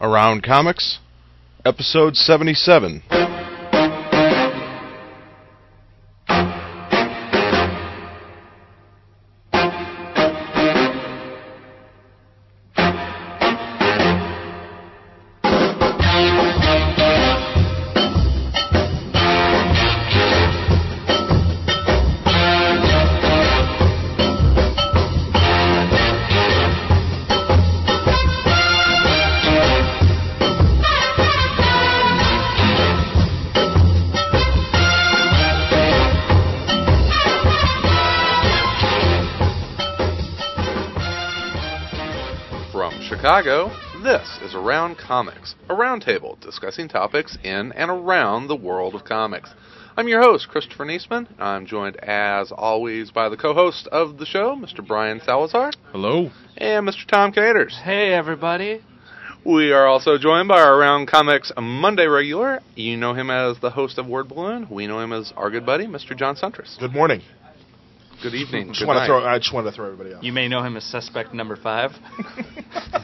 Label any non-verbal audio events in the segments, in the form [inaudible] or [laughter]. Around Comics, Episode 77. From Chicago, this is Around Comics, a roundtable discussing topics in and around the world of comics. I'm your host, Christopher Niesman. and I'm joined, as always, by the co host of the show, Mr. Brian Salazar, Hello. and Mr. Tom Caters. Hey everybody. We are also joined by our Around Comics Monday regular. You know him as the host of Word Balloon. We know him as our good buddy, Mr. John Suntress. Good morning. Good evening. Just good want to night. throw. I just wanted to throw everybody out. You may know him as suspect number [laughs] five.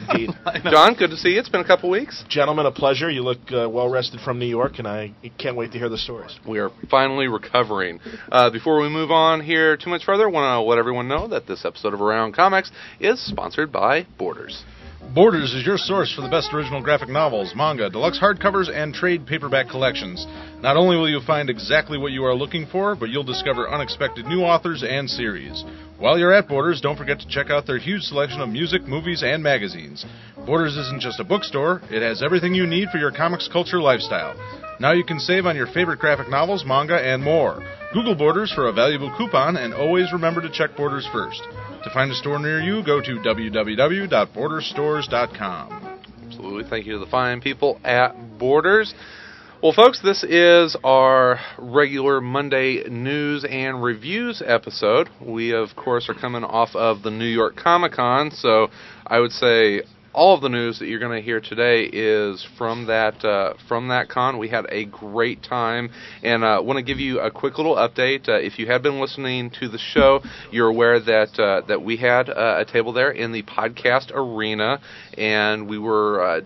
Indeed, John, good to see you. It's been a couple weeks. gentlemen, a pleasure. You look uh, well rested from New York, and I can't wait to hear the stories. We are finally recovering. Uh, before we move on here too much further, want to let everyone know that this episode of Around Comics is sponsored by Borders. Borders is your source for the best original graphic novels, manga, deluxe hardcovers, and trade paperback collections. Not only will you find exactly what you are looking for, but you'll discover unexpected new authors and series. While you're at Borders, don't forget to check out their huge selection of music, movies, and magazines. Borders isn't just a bookstore, it has everything you need for your comics culture lifestyle. Now you can save on your favorite graphic novels, manga, and more. Google Borders for a valuable coupon, and always remember to check Borders first. To find a store near you, go to www.borderstores.com. Absolutely. Thank you to the fine people at Borders. Well, folks, this is our regular Monday news and reviews episode. We, of course, are coming off of the New York Comic Con, so I would say all of the news that you're going to hear today is from that uh, from that con. We had a great time, and uh, want to give you a quick little update. Uh, if you have been listening to the show, you're aware that uh, that we had uh, a table there in the podcast arena, and we were. Uh,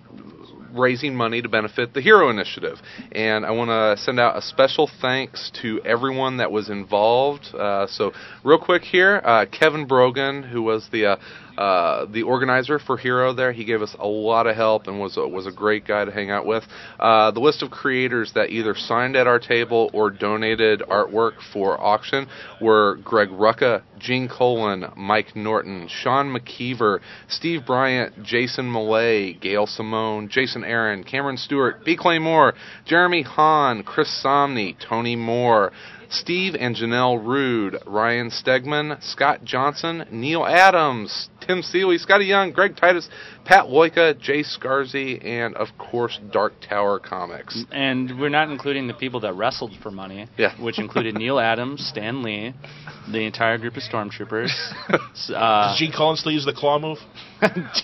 raising money to benefit the Hero Initiative. And I want to send out a special thanks to everyone that was involved. Uh, so, real quick here, uh, Kevin Brogan, who was the uh, uh, the organizer for Hero there, he gave us a lot of help and was a, was a great guy to hang out with. Uh, the list of creators that either signed at our table or donated artwork for auction were Greg Rucka, Gene Colin, Mike Norton, Sean McKeever, Steve Bryant, Jason Millay, Gail Simone, Jason Aaron, Cameron Stewart, B. Clay Moore, Jeremy Hahn, Chris Somney, Tony Moore, Steve and Janelle Rude, Ryan Stegman, Scott Johnson, Neil Adams, Tim Seeley, Scotty Young, Greg Titus, Pat Loika, Jay Scarzy, and of course Dark Tower Comics. and we're not including the people that wrestled for money, Yeah. which included Neil Adams, Stan Lee, the entire group of [laughs] stormtroopers. s- uh, Does Gene Collins still use the claw move?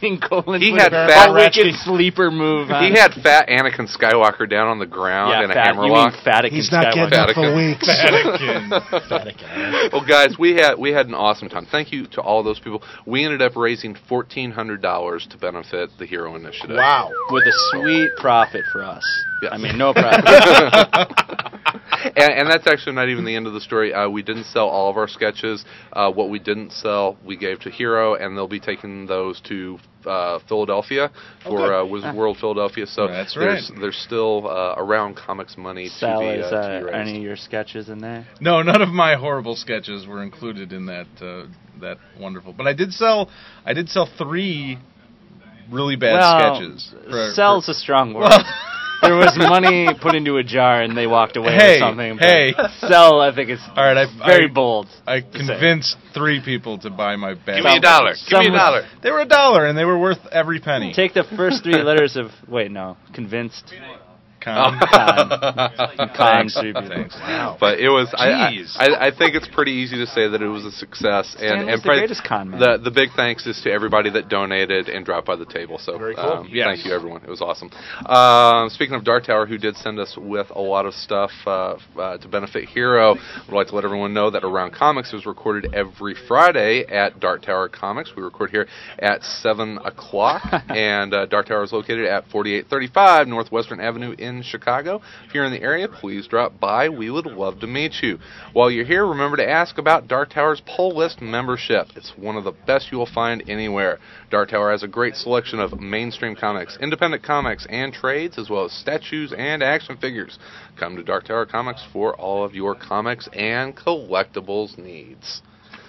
Gene Colan He with had a fat- wicked sleeper move. On. He had fat Anakin Skywalker down on the ground yeah, in a fat, hammerlock. You mean Fatican Skywalker. getting up for Vatican. weeks. [laughs] well, guys, we had we had an awesome time. Thank you to all those people. We ended up raising fourteen hundred dollars to benefit the Hero Initiative. Wow. with a sweet profit for us. Yes. I [laughs] mean, no profit. and, and that's actually not even the end of the story. Uh, we didn't sell all of our sketches. Uh, what we didn't sell, we gave to Hero, and they'll be taking those to uh, Philadelphia for uh, Wizard World Philadelphia. So That's there's right. there's still uh, around comics money to be, Sal, is uh, to uh, be raised. any of your sketches in there? No, none of my horrible sketches were included in that uh, that wonderful. But I did sell I did sell three really bad well, sketches. for- Sell's for- a strong word. [laughs] Well, there was money put into a jar and they walked away Hey, or something. but hey. sell I think it's all right, I, very I, bold. I convinced three people to buy my bad. Give me a dollar. Give me a Some- dollar. They were a dollar, and they were worth every penny. Take the first three letters of wait no convinced [laughs] Con. Con Super. Thanks. Wow. But it was. I, I- Jeez. I, I think it's pretty easy to say that it was a success. and Stanley's and the pre- greatest con man. The the big thanks is to everybody that donated and dropped by the table. So Very cool. um, Yes. thank you everyone. It was awesome. Um, speaking of Dark Tower, who did send us with a lot of stuff uh, uh, to benefit Hero, would like to let everyone know that Around Comics is recorded every Friday at Dark Tower Comics. We record here at seven o'clock, [laughs] and uh, Dark Tower is located at forty eight thirty five Northwestern Avenue in Chicago. If you're in the area, please drop by. We would love to meet you. While you're here, remember to ask about Dark Tower's poll list membership. It's one of the best you'll find anywhere. Dark Tower has a great selection of mainstream comics, independent comics, and trades, as well as statues and action figures. Come to Dark Tower Comics for all of your comics and collectibles needs.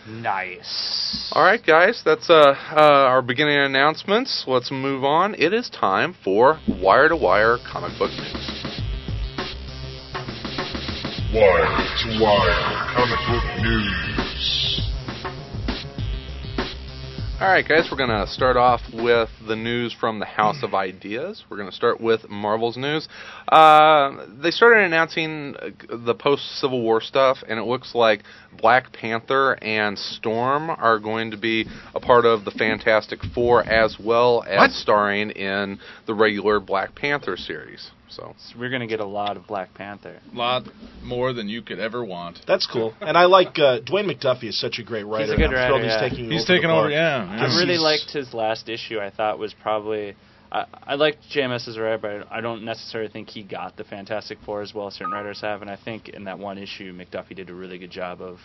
Nice. All right, guys, that's uh, uh, our beginning announcements. Let's move on. It is time for Wire to Wire comic book news. Wire to Wire Comic Book News. All right, guys, we're going to start off with the news from the House of Ideas. We're going to start with Marvel's news. Uh, they started announcing uh, the post Civil War stuff, and it looks like Black Panther and Storm are going to be a part of the Fantastic Four as well as What? starring in the regular Black Panther series. So, So we're gonna get a lot of Black Panther. Lot more than you could ever want. That's cool. And I like uh, Dwayne McDuffie is such a great writer. good and I'm thrilled writer, he's yeah. taking He's over the taking over. bar. Yeah. I yeah. Yes, really he's- liked his last issue. I thought was probably. I, I liked JMS's writer, but I don't necessarily think he got the Fantastic Four as well as certain writers have. And I think in that one issue, McDuffie did a really good job of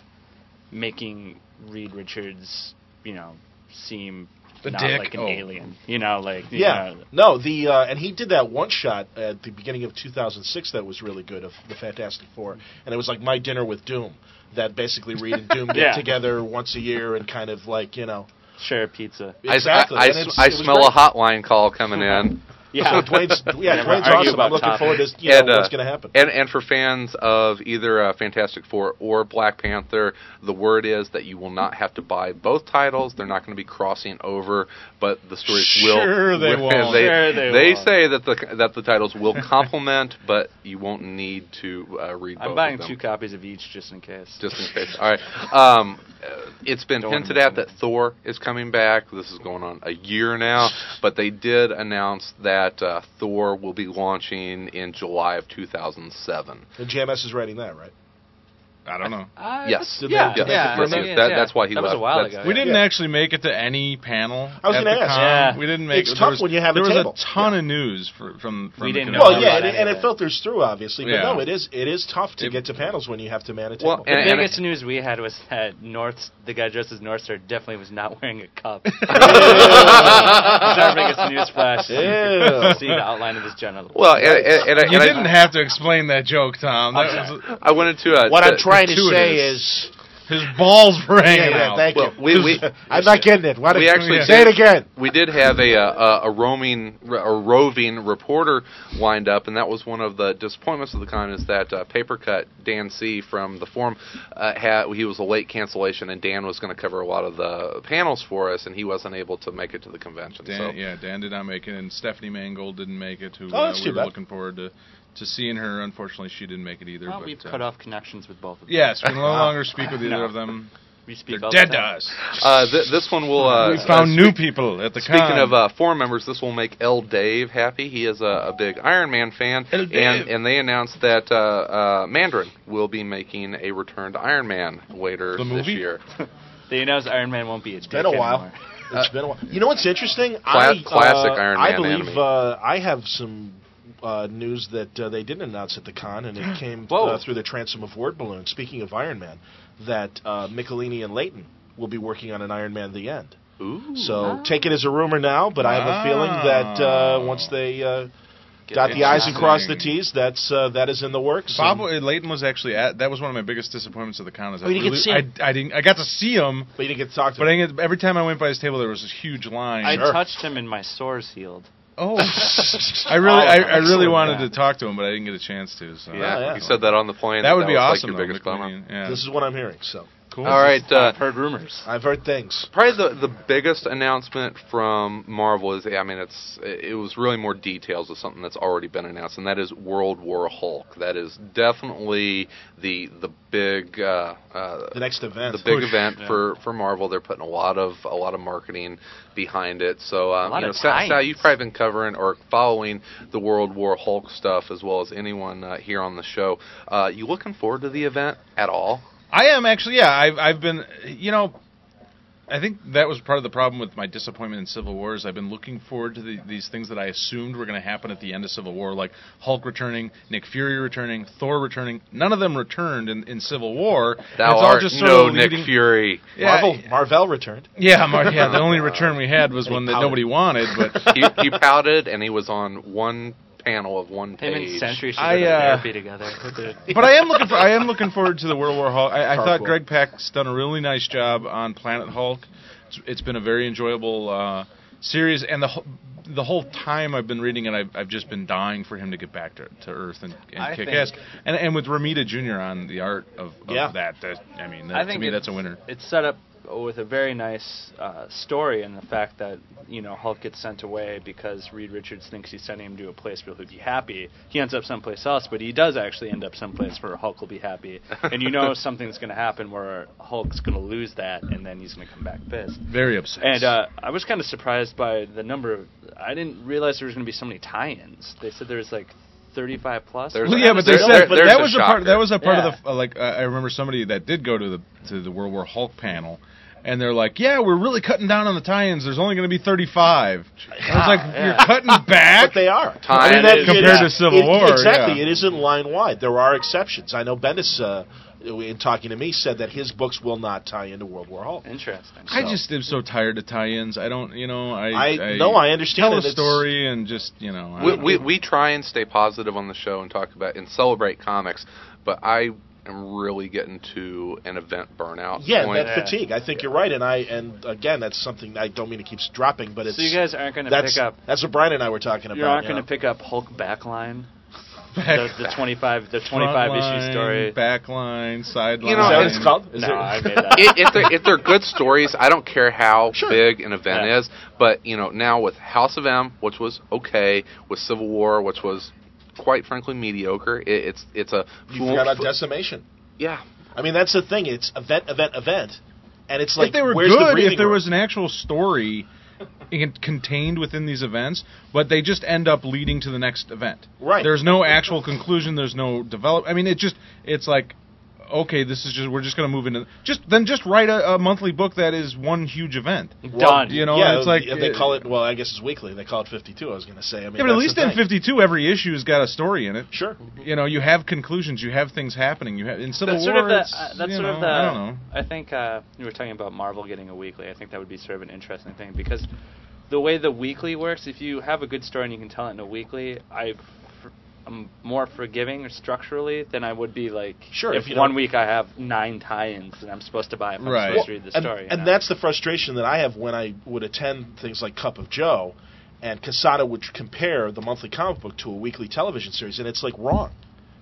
making Reed Richards, you know, seem The not dick? like an Oh. alien. You know, like you Yeah, know, no, the uh, and he did that one shot at the beginning of 2006 that was really good of the Fantastic Four, and it was like my dinner with Doom, that basically Reed [laughs] and Doom get Yeah. together once a year and kind of like you know share a pizza. I- exactly. I, I and s- it's- I it was smell great. a hotline call coming in. Yeah, [laughs] [laughs] So Dwayne's, yeah, Never Dwayne's argue awesome. I'm about looking topic. forward to you know, And, uh, what's going to happen. And and for fans of either uh, Fantastic Four or Black Panther, the word is that you will not have to buy both titles. They're not going to be crossing over, but the stories Sure will. they will- won't. [laughs] They, Sure they they won't. say that the that the titles [laughs] will complement, but you won't need to uh, read. both I'm of buying them two copies of each just in case. just in case. All right. Um, uh, it's been Don't wanna hinted miss at that anything. Thor is coming back. This is going on a year now, but they did announce that uh, Thor will be launching in July of 2007. and JMS is writing that, right? I don't know. Uh, Yes. that's- yeah, Did they- yeah, did they yeah, confirm it? That- that's why he that was a left. while That's- ago. We yeah. didn't Yeah. actually make it to any panel. I was at gonna the ask. con. Yeah. We didn't make It's it. tough There was- when you have a There table. was a ton of news for, from from We the con. didn't know Well, about yeah, it and, and anyway. it filters through obviously, but Yeah. no, it is it is tough to It- get to panels when you have to man a Well, table. and- The and- biggest news we had was that North, the guy dressed as North Star, definitely was not [laughs] wearing [laughs] a cup. That's our biggest news flash. So you can Ew. See the outline of his genitals. Well, and, and, and, I- You and I- didn't have to explain that joke, Tom. That I'm was, I wanted to. Uh, What to- I'm trying to gratuitous. say is, his balls were hanging yeah, yeah, out. thank Well, you. we, [laughs] we I'm not getting it. Why we don't- actually say it did- again. we did have a uh, a, a roaming a roving reporter lined up, and that was one of the disappointments of the con is that uh, paper cut Dan C from the forum uh, had he was a late cancellation, and Dan was going to cover a lot of the panels for us, and he wasn't able to make it to the convention. Dan, so Yeah, Dan did not make it, and Stephanie Mangold didn't make it. Who Oh, uh, that's we too were bad. looking forward to to seeing her. Unfortunately, she didn't make it either. Well, but, we've uh, cut off connections with both of them. Yes, [laughs] we no Ah. longer speak with either of them. We speak They're all dead the to time. us. uh, th- this one will uh, we found uh, new people at the Speaking con. of uh, forum members, this will make L. Dave happy. He is a, a big Iron Man fan, L. and Dave. and they announced that uh, uh, Mandarin will be making a return to Iron Man later The this movie? year. They announced Iron Man won't be a dick been a while. anymore. [laughs] It's been a while. You know what's interesting? Cla- I, classic uh, Iron I Man believe anime. uh, I have some uh, news that uh, they didn't announce at the con, and it came Whoa. uh, through the transom of Word Balloon. Speaking of Iron Man, that uh, Michelini and Layton will be working on an Iron Man The End. Ooh. So take it as a rumor now, but I have a feeling that uh, Wow. once they uh, Get dot the i's and cross the Interesting. t's, that's uh, that is in the works. Bob and- Layton was actually at. That was one of my biggest disappointments of the con. Is I, you didn't get to really- see I, I didn't. I got to see him, but you didn't get to talk to but him. I didn't get, every time I went by his table, there was this huge line. I Sure. touched him and my sores healed. oh, I [laughs] really, I, I really Excellent. wanted to Yeah. talk to him, but I didn't get a chance to. So Yeah, Oh, yeah. he said that on the plane. that would be was, like, awesome. your though, Mc- biggest bummer. Yeah. This is what I'm hearing. So Cool. All right. Uh, I've heard rumors. I've heard things. probably the, the biggest announcement from Marvel is I mean it's it was really more details of something that's already been announced and that is World War Hulk. That is definitely the the big uh, uh, The next event. the big push, event yeah. for, for Marvel. They're putting a lot of a lot of marketing behind it. So um, lot you know, of Sal, Sal, tie-ins. you've probably been covering or following the World War Hulk stuff as well as anyone uh, here on the show. Uh, you looking forward to the event at all? I am actually, yeah. I've I've been, you know, I think that was part of the problem with my disappointment in Civil War is I've been looking forward to the, these things that I assumed were going to happen at the end of Civil War, like Hulk returning, Nick Fury returning, Thor returning. None of them returned in, in Civil War. and Thou it's all art just sort no of Nick leading- [laughs] Fury. Yeah, Marvel, Marvel returned. yeah, Mar- yeah. The only return we had was And he one that pouted. nobody wanted, but. he, he pouted and he was on one panel of one Him and page. Sentry should I, go to uh, therapy [laughs] together. With their- but I am looking for I am looking forward to the World War Hulk. I, I thought Carpool. Greg Pak's done a really nice job on Planet Hulk. It's, it's been a very enjoyable uh, series, and the whole, the whole time I've been reading it, I've, I've just been dying for him to get back to, to Earth and, I and kick ass. And and with Ramita Jr. on the art of, of Yeah. that, that, I mean, that, I to think me it's- that's a winner. It's set up with a very nice uh, story, and the fact that you know Hulk gets sent away because Reed Richards thinks he's sending him to a place where he'll be happy. He ends up someplace else, but he does actually end up someplace where Hulk will [laughs] be happy, and you know something's going to happen where Hulk's going to lose that, and then he's going to come back pissed. Very upset. And uh, I was kind of surprised by the number of. I didn't realize there was going to be so many tie-ins. They said there was like 35 plus. There's- Well, yeah, but they There's- said there- but there's that a was a part. shocker. That was a part Yeah. of the uh, like. Uh, I remember somebody that did go to the to the World War Hulk panel, and they're like, "Yeah, we're really cutting down on the tie-ins. There's only going to be 35." I was like, "You're cutting back." But they are. Time that- is- Compared to Civil it- War, Exactly. yeah. It isn't line wide. There are exceptions. I know Bendis, uh, in talking to me, said that his books will not tie into World War Hulk. Interesting. I just am so tired of tie-ins. I don't, you know, I I- no, I understand Tell that a it's- story and just, you know, I we, don't we, know. we try and stay positive on the show and talk about and celebrate comics, but I am really getting to an event burnout. Yeah, point. that fatigue. I think you're right, and I and again, that's something I don't mean to keep dropping, but it's so you guys aren't going to that's pick up. that's what Brian and I were talking You about. aren't you going to know. pick up Hulk [laughs] backline. Back- the, the 25 the 25 frontline, issue story. backline, sideline. You Is know, that what it's it's called? Is no, it- [laughs] I [laughs] made that. I- if, they're, if they're good stories, I don't care how Sure. big an event Yeah. is. But you know, now with House of M, which was okay, with Civil War, which was quite frankly mediocre, it, it's it's a you forgot [laughs] about decimation. yeah. I mean, that's the thing. It's event, event, event, and it's like if they were where's the good, breathing if there room? was an actual story in- contained within these events, but they just end up leading to the next event. Right. There's no actual conclusion. There's no develop. I mean, it just it's like, okay, this is just we're just going to move into just then just write a, a monthly book that is one huge event. Done. You know, yeah, it's like uh, they call it. Well, I guess it's weekly. They call it 52. I was going to say. I mean, Yeah, but at that's least the in thing. 52, every issue's got a story in it. Sure. You know, you have conclusions, you have things happening. You have in Civil that's War. sort of the. it's, Uh, that's you sort of know, the. I don't know. I think uh, you were talking about Marvel getting a weekly. I think that would be sort of an interesting thing because the way the weekly works, if you have a good story and you can tell it in a weekly, I. f- I'm more forgiving structurally than I would be like Sure, if, if you one don't- week I have nine tie-ins and I'm supposed to buy if I'm Right. supposed to read the and, story. you and know? that's the frustration that I have when I would attend things like Cup of Joe, and Casada would compare the monthly comic book to a weekly television series, and it's like wrong,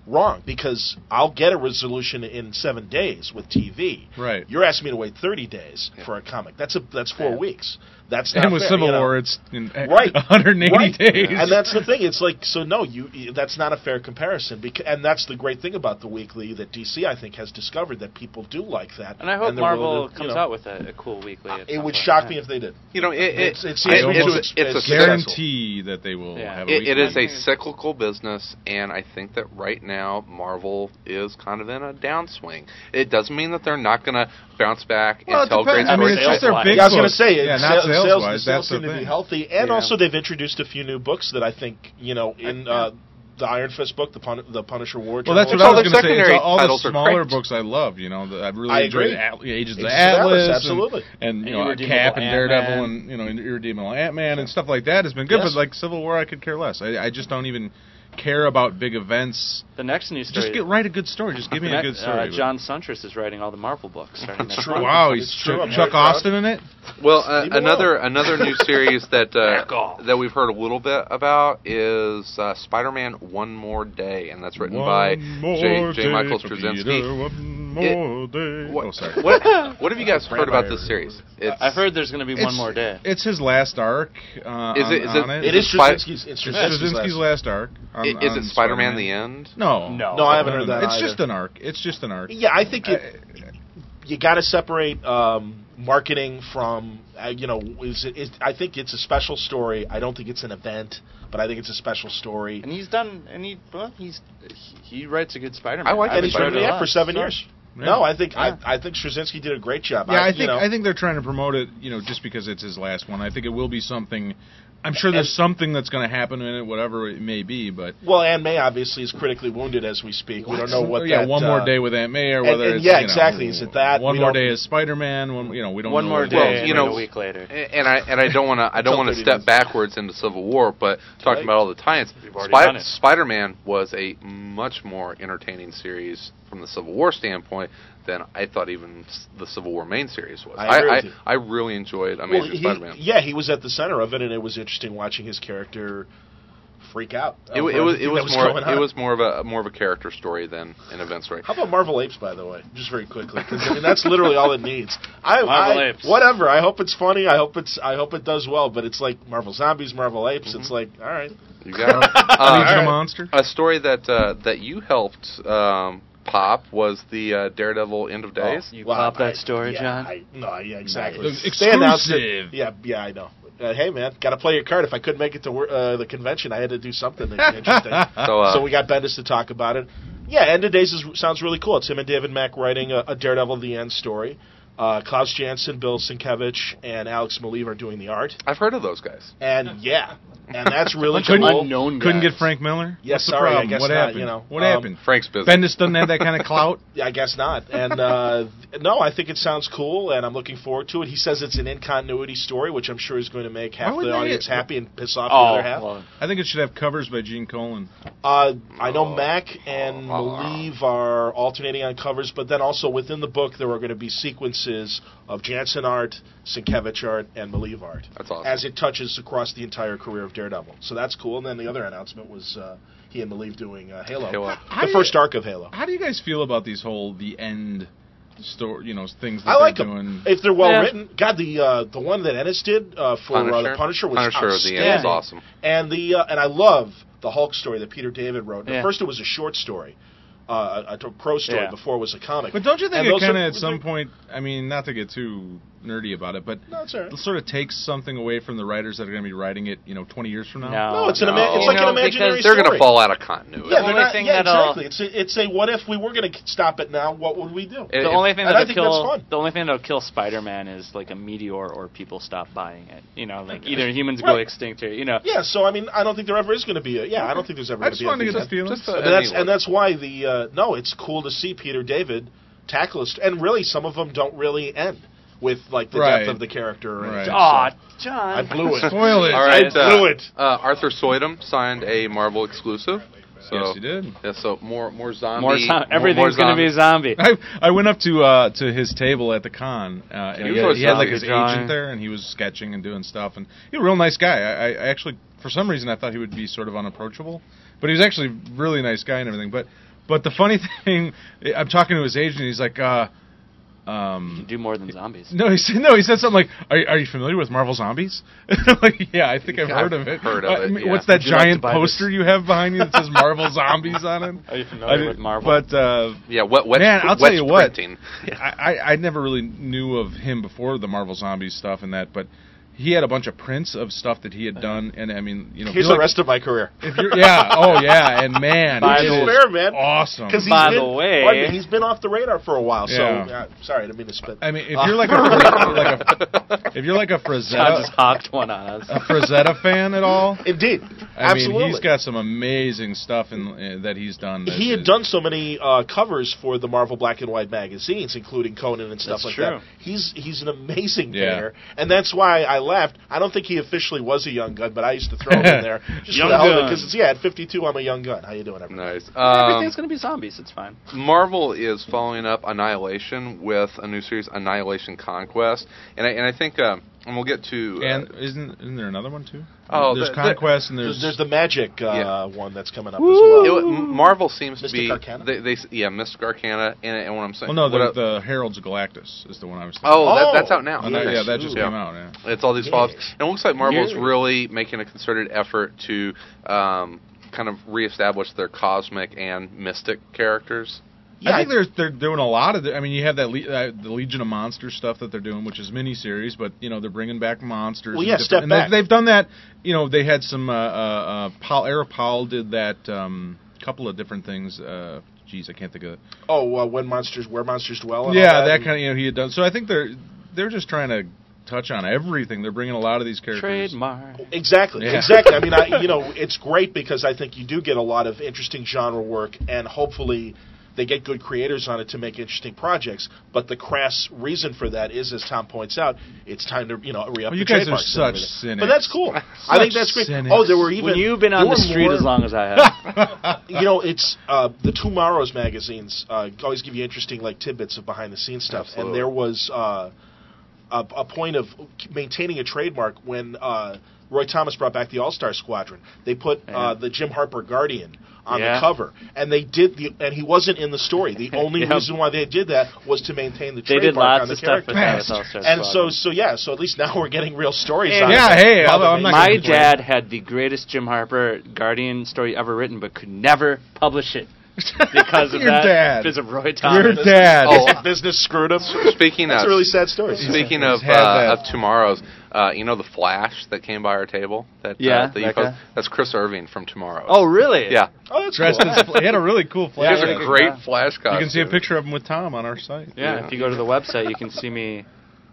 wrong because I'll get a resolution in seven days with TV. Right. You're asking me to wait 30 days for a comic. That's a that's four Yeah. weeks. That's not And with fair, Civil you know? War, it's in uh, [laughs] right 180 Right. days. and that's the thing it's like so no you, you that's not a fair comparison because and that's the great thing about the weekly that dc i think has discovered that people do like that and I hope they're willing Marvel to, you comes know, out with a, a cool weekly. at Uh, it some would point. shock Yeah. me if they did You know, it, it, It's- it's- I- it's it's, almost a- it's a as success- guaranteed. guarantee that they will Yeah. have a It, it is weekly. a cyclical business, and I think that right now Marvel is kind of in a downswing. It doesn't mean that they're not going to bounce back and Well, it tell great depends. I mean, stories. it's just their Sales-wise. big. yeah, i was going to books. say yeah, not it- sales, sales sales wise. That's the seem to be thing. healthy and Yeah. also they've introduced a few new books that i think you know in uh, the iron fist book the, Pun- the punisher war Oh, Well, that's Journal. what It's all I was going their to say. It's secondary all the titles are smaller great. books I love. You know, that I really I enjoyed agree. At- Ages of the Ages of Atlas, Atlas, and- absolutely. and, you And know, Irredeemable Cap and Daredevil, Ant-Man. and you know, and Irredeemable Ant Man and stuff like that has been good. Yes. But like Civil War, I could care less. I, I just don't even care about big events. The next news story. Just get write a good story. Just give me a Next, good story. Uh, John Suntress is writing all the Marvel books. Starting next true. month. Wow, he's It's true, I'm Chuck very proud. Austin in it. Well, uh, Leave 'em another [laughs] another new series that uh, that we've heard a little bit about is uh, Spider-Man: One More Day, and that's written by J. J. Michael Straczynski. more day. What, oh, sorry. [laughs] what, what have you guys heard about Vampire. this series? It's, I've heard there's going to be one It's- more day. It's his last arc. Uh, Is on, it- is on it? it- It is Spi- Straczynski's. It's It's Straczynski's Straczynski's last last. arc. on- i- is on it Spider-Man: The End? No, No. No, I haven't heard that It's either. just an arc. It's just an arc. Yeah, I think it, I- you got to separate um, marketing from uh, you know is it, is, I think it's a special story. I don't think it's an event, but I think it's a special story. And he's done. And he well, he's he writes a good Spider-Man. I like And that he's I've been read it there for seven Sorry. years. Yeah. No, I think Yeah. I, I think Straczynski did a great job. Yeah, I you think know, I think they're trying to promote it, you know, just because it's his last one. I think it will be something. I'm sure there's And- something that's going to happen in it, whatever it may be. But Well, Anne May obviously is critically wounded as we speak. We don't know what. yeah, that, one more uh, day with Aunt May, or and- whether and it's, yeah, you know, exactly. Is it that? one We more don't- day is Spider-Man? One, you know, we don't. one know more what- day. Well, and you then know- a week later. And I and I don't want to I don't Until want to 30 step minutes. backwards into Civil War, but talking late. about all the tie-ins, You've already done it. Spider-Man was a much more entertaining series from the Civil War standpoint than I thought even s- the Civil War main series was. I agree I, with you. I really enjoyed Amazing he- Spider-Man. yeah, he was at the center of it, and it was interesting watching his character freak out. It, wa- over it was it everything was, that more going on. it was more of a more of a character story than an event story. How about Marvel Apes, by the way? Just very quickly, because I mean that's literally all it needs. I, Marvel I- Apes. whatever. I hope it's funny. I hope it's I hope it does well. But it's like Marvel Zombies, Marvel Apes. Mm-hmm. It's like all right. You got [laughs] it. Legion Uh, of Monster. a story that uh, that you helped um, pop was the uh, Daredevil Oh. End of Days. You Wow, pop I- that story, yeah, John. I, no, yeah, exactly. Nice. They announced Exclusive. it. Yeah, yeah, I know. Uh, hey man, got to play your card. If I couldn't make it to wor- uh, the convention, I had to do something [laughs] that'd be interesting. So, uh, so we got Bendis to talk about it. Yeah, End of Days is, sounds really cool. It's him and David Mack writing a, a Daredevil the End story. Uh, Klaus Janson, Bill Sienkiewicz, and Alex Maleev are doing the art. I've heard of those guys. And yeah, and [laughs] that's really Bunch of cool. unknown Couldn't guys. get Frank Miller. Yeah, What's the sorry, I problem? guess what not, happened? you know. what Um, happened? Frank's business. Bendis doesn't have that kind of [laughs] clout. Yeah, I guess not. And uh, th- no, I think it sounds cool, and I'm looking forward to it. He says it's an in continuity story, which I'm sure is going to make half would the they- audience happy and piss off Oh, the other half. well, I think it should have covers by Gene Colan. Uh, I Oh. know Mac and Malieve are alternating on covers, but then also within the book there are going to be sequences of Jansen art, Sienkiewicz art, and Malieve art That's awesome. as it touches across the entire career of Daredevil. So that's cool. And then the other announcement was uh, he and Malieve doing uh, Halo, Halo. How the do first you- arc of Halo. How do you guys feel about these whole the end story? You know, things that I like they're doing. them if they're well Yeah. written. God, the uh, the one that Ennis did uh, for Uh, [laughs] Punisher? the Punisher was Punisher of the outstanding. End was awesome. And the uh, and I love the Hulk story that Peter David wrote. At Yeah. first, it was a short story, uh, a, a prose story Yeah. before it was a comic. But don't you And think it those kind are- of at some point? I mean, not to get too nerdy about it, but No, it's all right. it sort of takes something away from the writers that are going to be writing it. You know, 20 years from now. No, it's an No. ima- it's like No, an imaginary because they're story. gonna fall out of continuity. The Yeah, they're only not, thing yeah that'll- exactly. It's a, it's a what if we were going to stop it now? What would we do? It- the only thing and I that'll think kill that's fun. the only thing that'll kill Spider-Man is like a meteor or people stop buying it. You know, like either humans go Right. extinct or you know. yeah, so I mean, I don't think there ever is going to be a yeah. I don't think there's ever I going to just be. wanted a to get the feeling. Just a- and that's and that's why the uh, no, it's cool to see Peter David tackle us, and really some of them don't really end with like the Right. depth of the character. Right. And Aw, I John. blew it. Spoil it. All right, I blew it. Uh, Arthur Soydum signed a Marvel exclusive. So, Yes, he did. Yeah, so more more zombie. More more- zom- more everything's going to be zombie. a zombie. I, I went up to uh, to his table at the con, uh, and He he, had, was he had, like always his drawing. agent there, and he was sketching and doing stuff, and he was a real nice guy. I, I I actually, for some reason, I thought he would be sort of unapproachable, but he was actually a really nice guy and everything. But but the funny [laughs] thing, I'm talking to his agent, and he's like, uh, um, Do more than zombies. No, he said no. He said something like, "Are, are you familiar with Marvel Zombies?" [laughs] like, yeah, I think I've I've heard of it. Uh, heard of I it, mean, yeah. What's that Would you like to giant buy poster this? you have behind you that says [laughs] Marvel Zombies on it? Are you familiar I- with Marvel? But uh, Yeah, wet, wet, Man, I'll wet tell you what. printing. [laughs] I, I I never really knew of him before the Marvel Zombies stuff and that, but he had a bunch of prints of stuff that he had done, and I mean, you know, if Here's you the look- rest of my career. if [laughs] you're- yeah, oh yeah, and man, By it the is way- man. awesome. Because By been, the way- well, I mean, he's been off the radar for a while. So Yeah. uh, sorry, I didn't mean to spit. I mean, if Uh, you're [laughs] like a like a if you're like a [laughs] John just Frazetta hocked one on uh, a us. Frazetta fan at all, indeed, I absolutely. mean, he's got some amazing stuff in, uh, that he's done. that he had is- done so many uh, covers for the Marvel Black and White magazines, including Conan and stuff That's like true. that. He's he's an amazing Yeah. painter, and that's why I laughed. I don't think he officially was a young gun, but I used to throw him in there just Young gun. because it's yeah, at 52, I'm a young gun. How you doing, [laughs] everyone? Nice. Um, [laughs] Everything's going to be zombies. It's fine. Marvel is following up Annihilation with a new series, Annihilation Conquest, and I, and I think um and we'll get to uh, And isn't isn't there another one too? Oh, there's the- the- Conquest and There's, there's, there's the magic uh, Yeah. one that's coming up it, as well. w- Marvel seems to Mystic be Arcana? they, they s- yeah Mystic Arcana and, and what I'm saying well no what the, I- the Heralds of Galactus is the one I was thinking. oh, that, Oh, that's out now And that- yes. yeah that just Yeah. came out yeah. It's all these follow-ups. Yes. And it looks like Marvel's Yes. really making a concerted effort to um, kind of reestablish their cosmic and mystic characters. Yeah, I think they're they're doing a lot of. The, I mean, you have that le- uh, the Legion of Monsters stuff that they're doing, which is miniseries, but you know they're bringing back monsters. Well, and yeah, different- Step and they- Back. They've done that. You know, they had some. Uh, uh, uh, Paul Eric Powell did that. Um, couple of different things. Uh, geez, I can't think of. oh, uh, when monsters, where monsters dwell. Oh, and all Yeah, that that kind of. You know, he had done. So I think they're they're just trying to touch on everything. They're bringing a lot of these [laughs] characters. Trademark. Exactly, Yeah. exactly. I [laughs] mean, I, you know, it's great because I think you do get a lot of interesting genre work, and hopefully, they get good creators on it to make interesting projects. But the crass reason for that is, as Tom points out, it's time to you know re up. Well, you the guys are trademarks and such everything. cynics. But that's cool. I think Such that's great. cynics. Oh, there were even When you've been there on the were street more- as long as I [laughs] have, you know, it's uh, the Tomorrow's magazines uh, always give you interesting like tidbits of behind the scenes stuff. Absolutely. And there was uh, a, a point of maintaining a trademark when uh, Roy Thomas brought back the All Star Squadron. They put Yeah. uh, the Jim Harper Guardian on Yeah. the cover, and they did the and he wasn't in the story. [laughs] The only Yep. reason why they did that was to maintain the they trademark did on lots the of stuff character. with that. with Bastard. All-Star and so, Squadron. so yeah, so at least now we're getting real stories. And- on Yeah, it. hey, Rather I'm- I'm than not my making Michael dad had the greatest Jim Harper Guardian story ever written, but could never publish it because of [laughs] Your that. dad. Because of Roy Your Thomas. dad. [laughs] Oh. business screwed up. Speaking That's of a really sad story. speaking He's of had uh, that. of tomorrow's, uh, you know the Flash that came by our table. That uh, Yeah, that you that folks- guy. that's Chris Irving from tomorrow's. Oh, really? yeah, Oh, that's Dressed cool. as, he had a really cool he has flash. really a good You great guy. Flash costume. can see a picture of him with Tom on our site. Yeah, Yeah. if you go to the website, you can see me.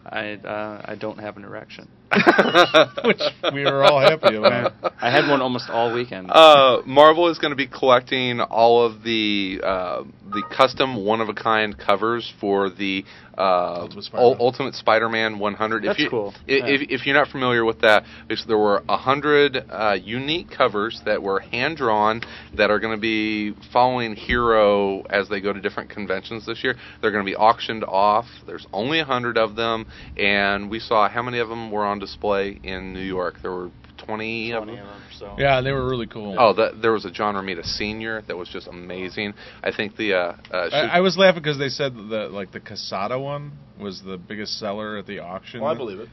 I uh, I don't have an erection. [laughs] [laughs] which we were all happy about. I had one almost all weekend. Uh, Marvel is going to be collecting all of the uh, the custom one of a kind covers for the uh, Ultimate Ul- Spider-Man. Ultimate Spider-Man 100. That's if you, cool. i- If, if, you're not familiar with that, it's, there were hundred uh, unique covers that were hand drawn that are going to be following Hero as they go to different conventions this year. They're going to be auctioned off. There's only hundred of them, and we saw how many of them were on display in New York. There were 20 of them. [laughs] so. Yeah, they were really cool. Oh, that, there was a John Romita Sr. that was just amazing. I think the. Uh, uh, should- I, I was laughing because they said that the like the Casada one was the biggest seller at the auction. Well, Oh, I believe it.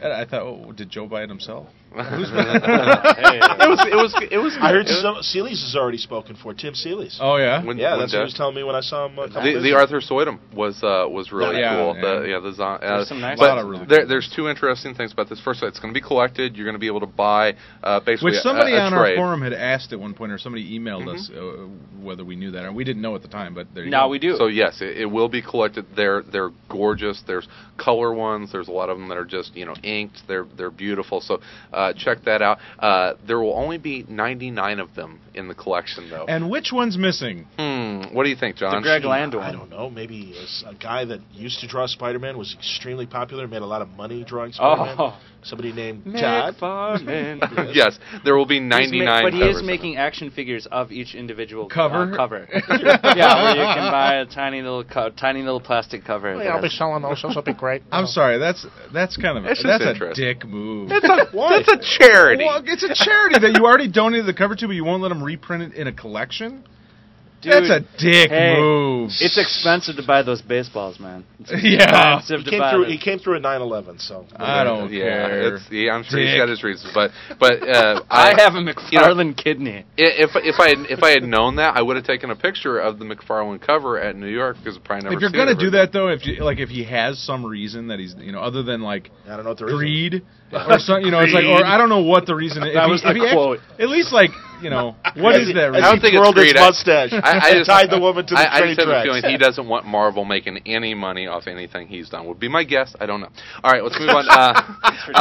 And I thought, oh, did Joe buy it himself? [laughs] [laughs] [laughs] Hey. it was. It was. It was. I heard it was- some, Seeley's has already spoken for Tim Seeley's. Oh yeah, when- yeah, when that's the, what he was telling me when I saw him. uh, A couple the, days the ago. Arthur Soydum was uh, was really Yeah, cool. yeah. The, yeah, the zon- uh, There's some nice but ones in there. there, there's two interesting things about this. First, it's going to be collected. You're going to be able to buy uh, basically which a- somebody a, a on our trade. forum had asked at one point, or somebody Mm-hmm. emailed us uh, whether we knew that, and we didn't know at the time. But there you Now go. we do. So yes, it, it will be collected. They're they're gorgeous. There's color ones. There's a lot of them that are just you know inked. They're they're beautiful. So uh, check that out. Uh, there will only be 99 of them in the collection though. And which one's missing? Hmm. What do you think, the John? [laughs] Greg I Landon. don't know. Maybe a s- a, guy that used to draw Spider-Man was extremely popular, made a lot of money drawing Spider-Man. Oh. Somebody [laughs] named Mick Todd. [laughs] Farman. yes, there will be 99. He's ma- but he is covers. [laughs] making action figures of each individual Cover? [laughs] uh, cover. yeah, where you can buy a tiny little co- tiny little plastic cover. Yeah, I'll be selling those. Those will be [laughs] great. Oh. I'm sorry, that's that's kind of a, It's just that's a interesting. dick move. Why? That's a [laughs] charity. Well, it's a charity that you already donated the cover to, but you won't let them reprint it in a collection. Dude, that's a dick hey, move. It's expensive to buy those baseballs, man. It's Yeah. expensive he to came buy through. them. He came through at 9/11. So I don't yeah, care. it's, yeah, I'm sure he's Dick. got his reasons, but but uh, [laughs] I I have [laughs] a you know, McFarlane kidney. I- If if I had, if I had known that, I would have taken a picture of the McFarlane cover at New York because probably never. if you're seen it gonna do originally. that though, if you, like if he has some reason that he's you know other than like I don't know what the reason. greed or something, you know, it's like or I don't know what the [laughs] reason. Is. If That he- was the if he act- quote. at least like you know what As is he- that? as reason? I don't he think it's twirled his greed. I- mustache. I, I just tied the woman to the I, I train just have a tracks. feeling he doesn't want Marvel making any money off anything he's done. Would be my guess. I don't know. All right, let's move on. Uh,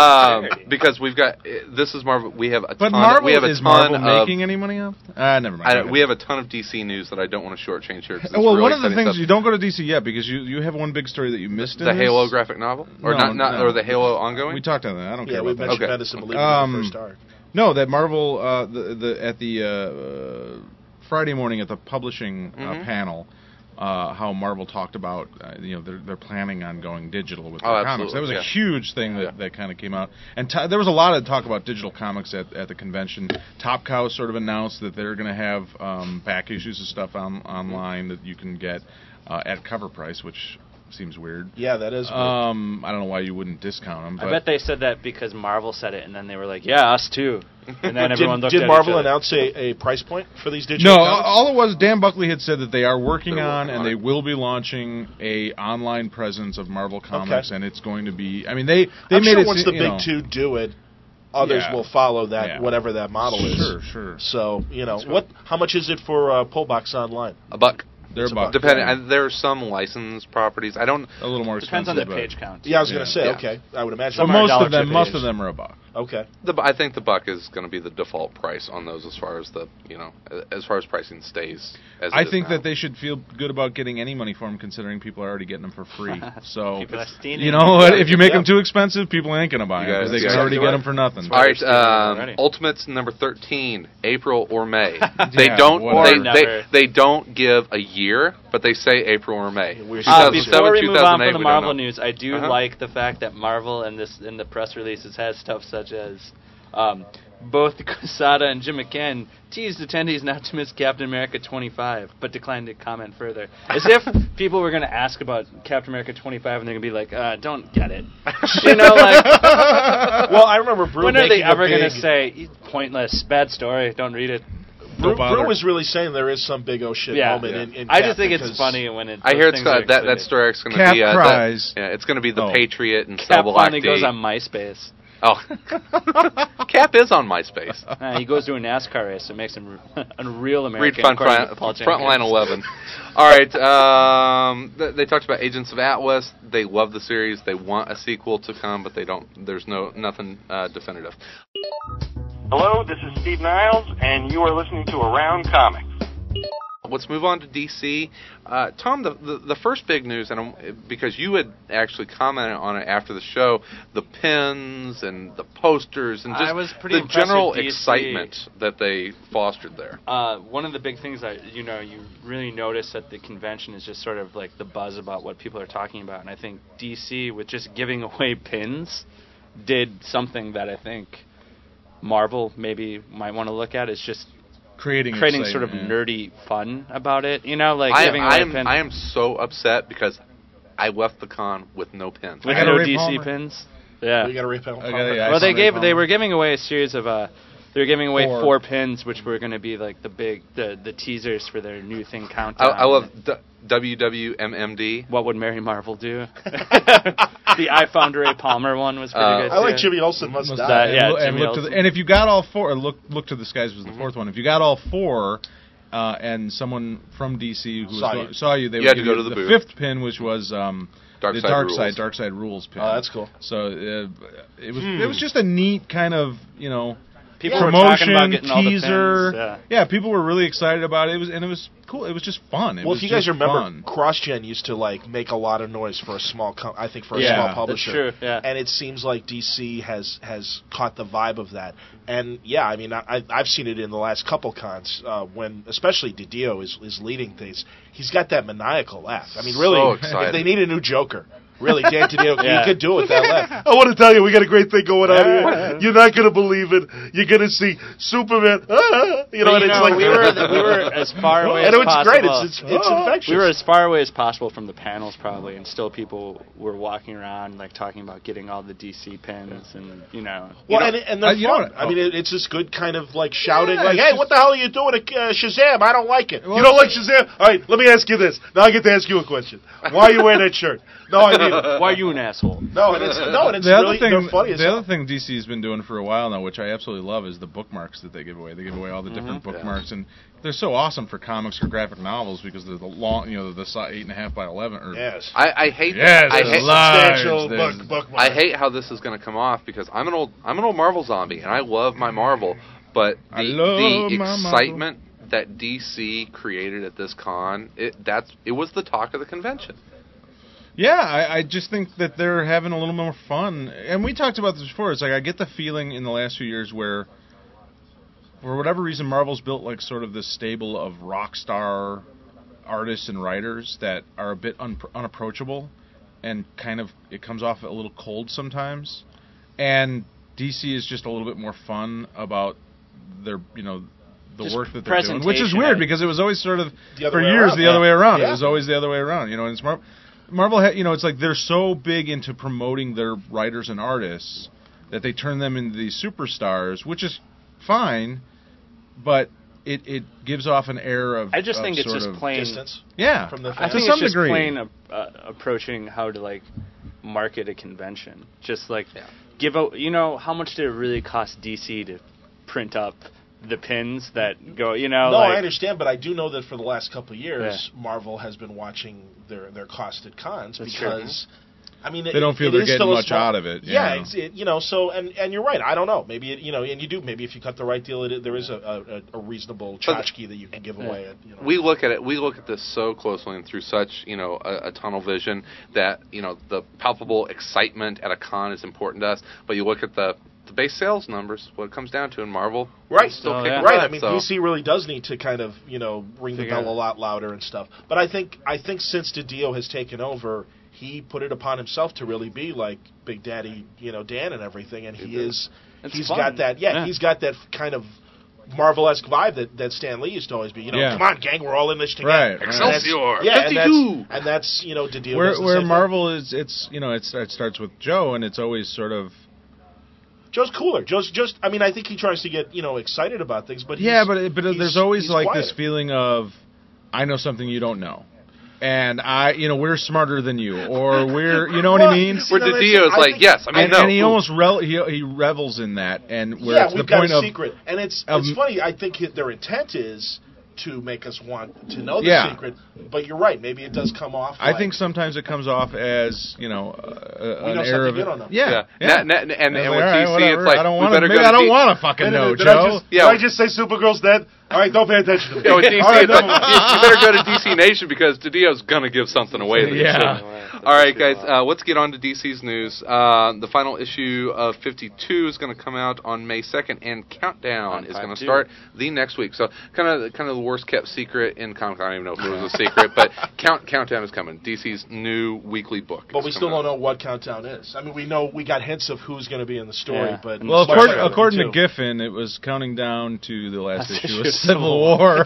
um, because we've got uh, this is Marvel. We have a But ton. Marvel we have a is ton Marvel of, making any money off? Ah, never mind. Oh, I, we have a ton of DC news that I don't want to shortchange here. 'cause it's well, really one of the exciting things stuff. you don't go to DC yet because you you have one big story that you missed. in the this. Halo graphic novel, or No, not, not no. or the Halo ongoing. We talked on that. I don't Yeah, care we about that. mentioned Okay. Madison Believe in Um, the first hour. No, that Marvel uh, the the at the uh, Friday morning at the publishing uh, Mhm. panel, uh, how Marvel talked about uh, you know they're, they're planning on going digital with Oh, their comics. That was absolutely, a yeah. huge thing that, Yeah. that kind of came out, and t- there was a lot of talk about digital comics at, at the convention. Top Cow sort of announced that they're going to have um, back issues of stuff on, online that you can get uh, at cover price, which seems weird. Yeah, that is. weird. Um, I don't know why you wouldn't discount them. But I bet they said that because Marvel said it, and then they were like, "Yeah, us too." And then everyone did, looked did at Marvel each other. announce a, a price point for these digital? No, comics? all it was Dan Buckley had said that they are working They're on working and on they it. will be launching a online presence of Marvel Comics, and it's going to be. I mean, they they I'm made sure it. once se- the you big know, two do it, others Yeah. will follow that Yeah. whatever that model Sure, is. sure. So you know what? How much is it for uh, Pullbox Online? A buck. They're It's a about buck. Depending, and there are some licensed properties. I don't. a little more Depends on expensive. the but- page count. Yeah, I was Yeah. gonna say. Yeah. Okay, I would imagine. But Some are most dollar of them, fifty most each. of them are a buck. Okay, The, bu- I think the buck is going to be the default price on those, as far as the you know, a- as far as pricing stays. As it I is think now. that they should feel good about getting any money for them, considering people are already getting them for free. So. People are stealing You know, what? it. if you make them Yep. too expensive, people ain't gonna buy You them. guys- They can yeah. already get Right. them for nothing. All right, They're stealing it um, already. Ultimates number thirteen, April or [laughs] May. they Yeah, don't. whatever. They, Or they, never. they don't give a year, but they say April or May. Yeah, we're- Uh, 2007, before we move 2008, on from the we don't Marvel know. news, I do Uh-huh. like the fact that Marvel and this in the press releases has stuff such as um, both [laughs] Quesada and Jim McCann teased attendees not to miss Captain America 25, but declined to comment further, as if people were going to ask about Captain America 25 and they're going to be like, uh, "Don't get it," you know, like. well, I remember [laughs] Brew When are they making a ever going to big- say pointless, bad story? Don't read it. Brew, Don't bother. Brew was really saying there is some big oh shit yeah, moment. In, in I Cap just think it's because- funny when it. I those hear it's things got, are that that excited. story is going to Cap be uh, cries. The, yeah, it's going to be the Oh. Patriot and Cap Cell Block finally D. goes on MySpace. Oh, [laughs] Cap is on [laughs] MySpace. Uh, he goes to a NASCAR race. It makes him [laughs] a real Read American. front, according front, to Paul Jenkins. Frontline 11. [laughs] All right. Um, th- they talked about Agents of Atlas. They love the series. They want a sequel to come, but they don't. There's no nothing uh, definitive. Hello, this is Steve Niles, and you are listening to Around Comics. Let's move on to DC. Uh, Tom, the, the the first big news, and I'm, because you had actually commented on it after the show, the pins and the posters and just I was pretty the impressed with general DC. excitement that they fostered there. Uh, one of the big things that you know you really notice at the convention is just sort of like the buzz about what people are talking about, and I think DC with just giving [laughs] away pins did something that I think Marvel maybe might want to look at is just [laughs] creating creating sort of excitement, yeah. nerdy fun about it. You know, like I, giving I away am pins. I am so upset because I left the con with no [laughs] pins. like I got no a Ray DC Palmer. pins. Yeah. We got to repel. I gotta- yeah, I well, saw Ray they gave they Palmer. were giving away a series of uh, they were giving away Four. four, pins, which were going to be like the big the the teasers for their new thing I, countdown. I love D- WWMMD. What would Mary Marvel [laughs] do? the I found Ray Palmer one was pretty Uh, good. I like too. Jimmy Olsen must, Must die. die. and yeah, look- and Jimmy look to the- Olsen. and if you got all four, or look look to the skies was the fourth one. If you got all four, uh, and someone from DC who Saw was go- you. saw you, they You would had to give go you to the booth. fifth pin, which was um, Dark the Side dark Rules. side, dark side rules pin. Oh, that's cool. So uh, it was Hmm. it was just a neat kind of you know. People were promotion talking about getting all the teaser, pins, yeah. people were really excited about it. It was and it was cool. It was just fun. It Well, was if you guys just remember, fun. CrossGen used to like make a lot of noise for a small, com- I think, for a Yeah, small that's publisher. true, yeah. [laughs] And it seems like DC has has caught the vibe of that. And yeah, I mean, I, I- I've seen it in the last couple cons uh, when, especially Didio is is leading things. He's got that maniacal laugh. I mean, really, So if excited. they need a new Joker. Really, [laughs] Dan Didio, Yeah. Oh, he could do it with that [laughs] laugh. I want to tell you, we got a great thing going on here. You're not going to believe it. You're going to see Superman. [laughs] you know, But, and you it's know, like we [laughs] were we were as far away and as it was great. possible. It's it's, it's infectious. We were as far away as possible from the panels, probably, and still people were walking around, like talking about getting all the DC pins, and you know, Well, and, and they're uh, you know fun. what- I mean, it, it's this good kind of like shouting, Yeah, like, it's "Hey, just- what the hell are you doing at uh, Shazam? I don't like it. Well, you don't like Shazam? All right, let me ask you this. Now I get to ask you a question. Why are you wearing that shirt? No, I mean, why are you an asshole? no, and it's no, and it's the other really thing, they're funny. as the hell. other thing DC's been doing for a while now, which I absolutely love, is the bookmarks that they give away. They give away all the Mm-hmm. different bookmarks, and they're so awesome for comics or graphic novels because they're the long, you know, the si- eight and a half by eleven. Or, yes, I, I hate. Yes, I there's hate, large. substantial there's- buck, buck I hate how this is going to come off because I'm an old I'm an old Marvel zombie and I love my Marvel, but the, I love the my Marvel. excitement that DC created at this con, it that's it was the talk of the convention. Yeah, I, I just think that they're having a little more fun. And we talked about this before. It's like I get the feeling in the last few years where, for whatever reason, Marvel's built like sort of this stable of rock star artists and writers that are a bit un- unapproachable, and kind of it comes off a little cold sometimes. And DC is just a little bit more fun about their you know the Just work that they're doing, which is presentation, eh? weird I- because it was always sort of The other for way years around, the yeah. other way around. It Yeah. was always the other way around. You know, and it's Mar- Marvel. Ha- you know, it's like they're so big into promoting their writers and artists that they turn them into these superstars, which is fine, but it it gives off an air of I just of think it's sort just of- plain. distance yeah from the I To fans. think some it's just degree. plain uh, uh, approaching how to like market a convention. Just like Yeah. give out. You know how much did it really cost DC to print up the pins that go? You know, No, like, I understand, but I do know that for the last couple of years, Marvel has been watching their their cost at cons That's true. because. I mean, They don't feel they're getting much out it. is still a of it. you yeah, know. it's, it, you know. So and and you're right. I don't know. Maybe it, you know, and you do. Maybe if you cut the right deal, it, there is a, a, a reasonable But- tchotchke that you can give away. At, you know. we look at it we look at this so closely and through such you know a, a tunnel vision that you know the palpable excitement at a con is important to us but you look at the the base sales numbers what it comes down to in marvel Right. it's Oh, still So, kicking yeah. Right. butt, I mean, so. DC really does need to kind of you know ring the Figure bell a out. lot louder and stuff. But I think I think since Didio has taken over, he put it upon himself to really be like Big Daddy, you know, Dan and everything, and he did. is It's he's fun. got that yeah, Yeah. he's got that kind of. Marvel-esque vibe that, that Stan Lee used to always be. You know, Yeah. come on, gang, we're all in this Right, together. right. And that's- Excelsior, Yeah, and that's, 52. and that's you know, Didio. where does the where same thing. Marvel is it's you know it's, it starts with Joe and it's always sort of Joe's cooler. Joe's just. I mean, I think he tries to get you know excited about things, but he's, yeah, but it- but he's- there's always he's like quieter. this feeling of I know something you don't know, and I you know we're smarter than you or we're you know what I Well, mean. you where know, the that's- Dio is I like think- yes i mean and, no and he almost rel- he, he revels in that, and where yeah, it's we've the got point a of secret, and it's of- it's funny. I think hit- their intent is to make us want to know the Yeah. secret, but you're right. Maybe it does come off. I like- think sometimes it comes off as you know uh, We an know air something of you don't know. yeah, yeah, Na- na- I na- and, was and like, with all right, DC, whatever, it's like I don't we want to. better Maybe go to I don't D- want to fucking Wait a know, minute, did I Joe. [laughs] just- Yeah. Did I just say Supergirl's dead? All right, don't pay attention [laughs] to me. Yeah, with DC, All right, it's like, never mind. [laughs] you better go to DC Nation because Didio's gonna give something away. There. Yeah. All right, guys. Uh, let's get on to DC's news. Uh, the final issue of 52 is going to come out on May 2nd, and Countdown On is going to 5-2. start the next week. So kind of kind of the worst kept secret in comic. I don't even know if it was a secret, [laughs] but Count Countdown is coming. DC's new weekly book. But is we still coming don't out. know what countdown is. I mean, we know we got hints of who's going to be in the story, Yeah. but Well, Well, Spider-Man according, according to too. Giffen, it was counting down to the last [laughs] Last issue issue of of Civil Civil War,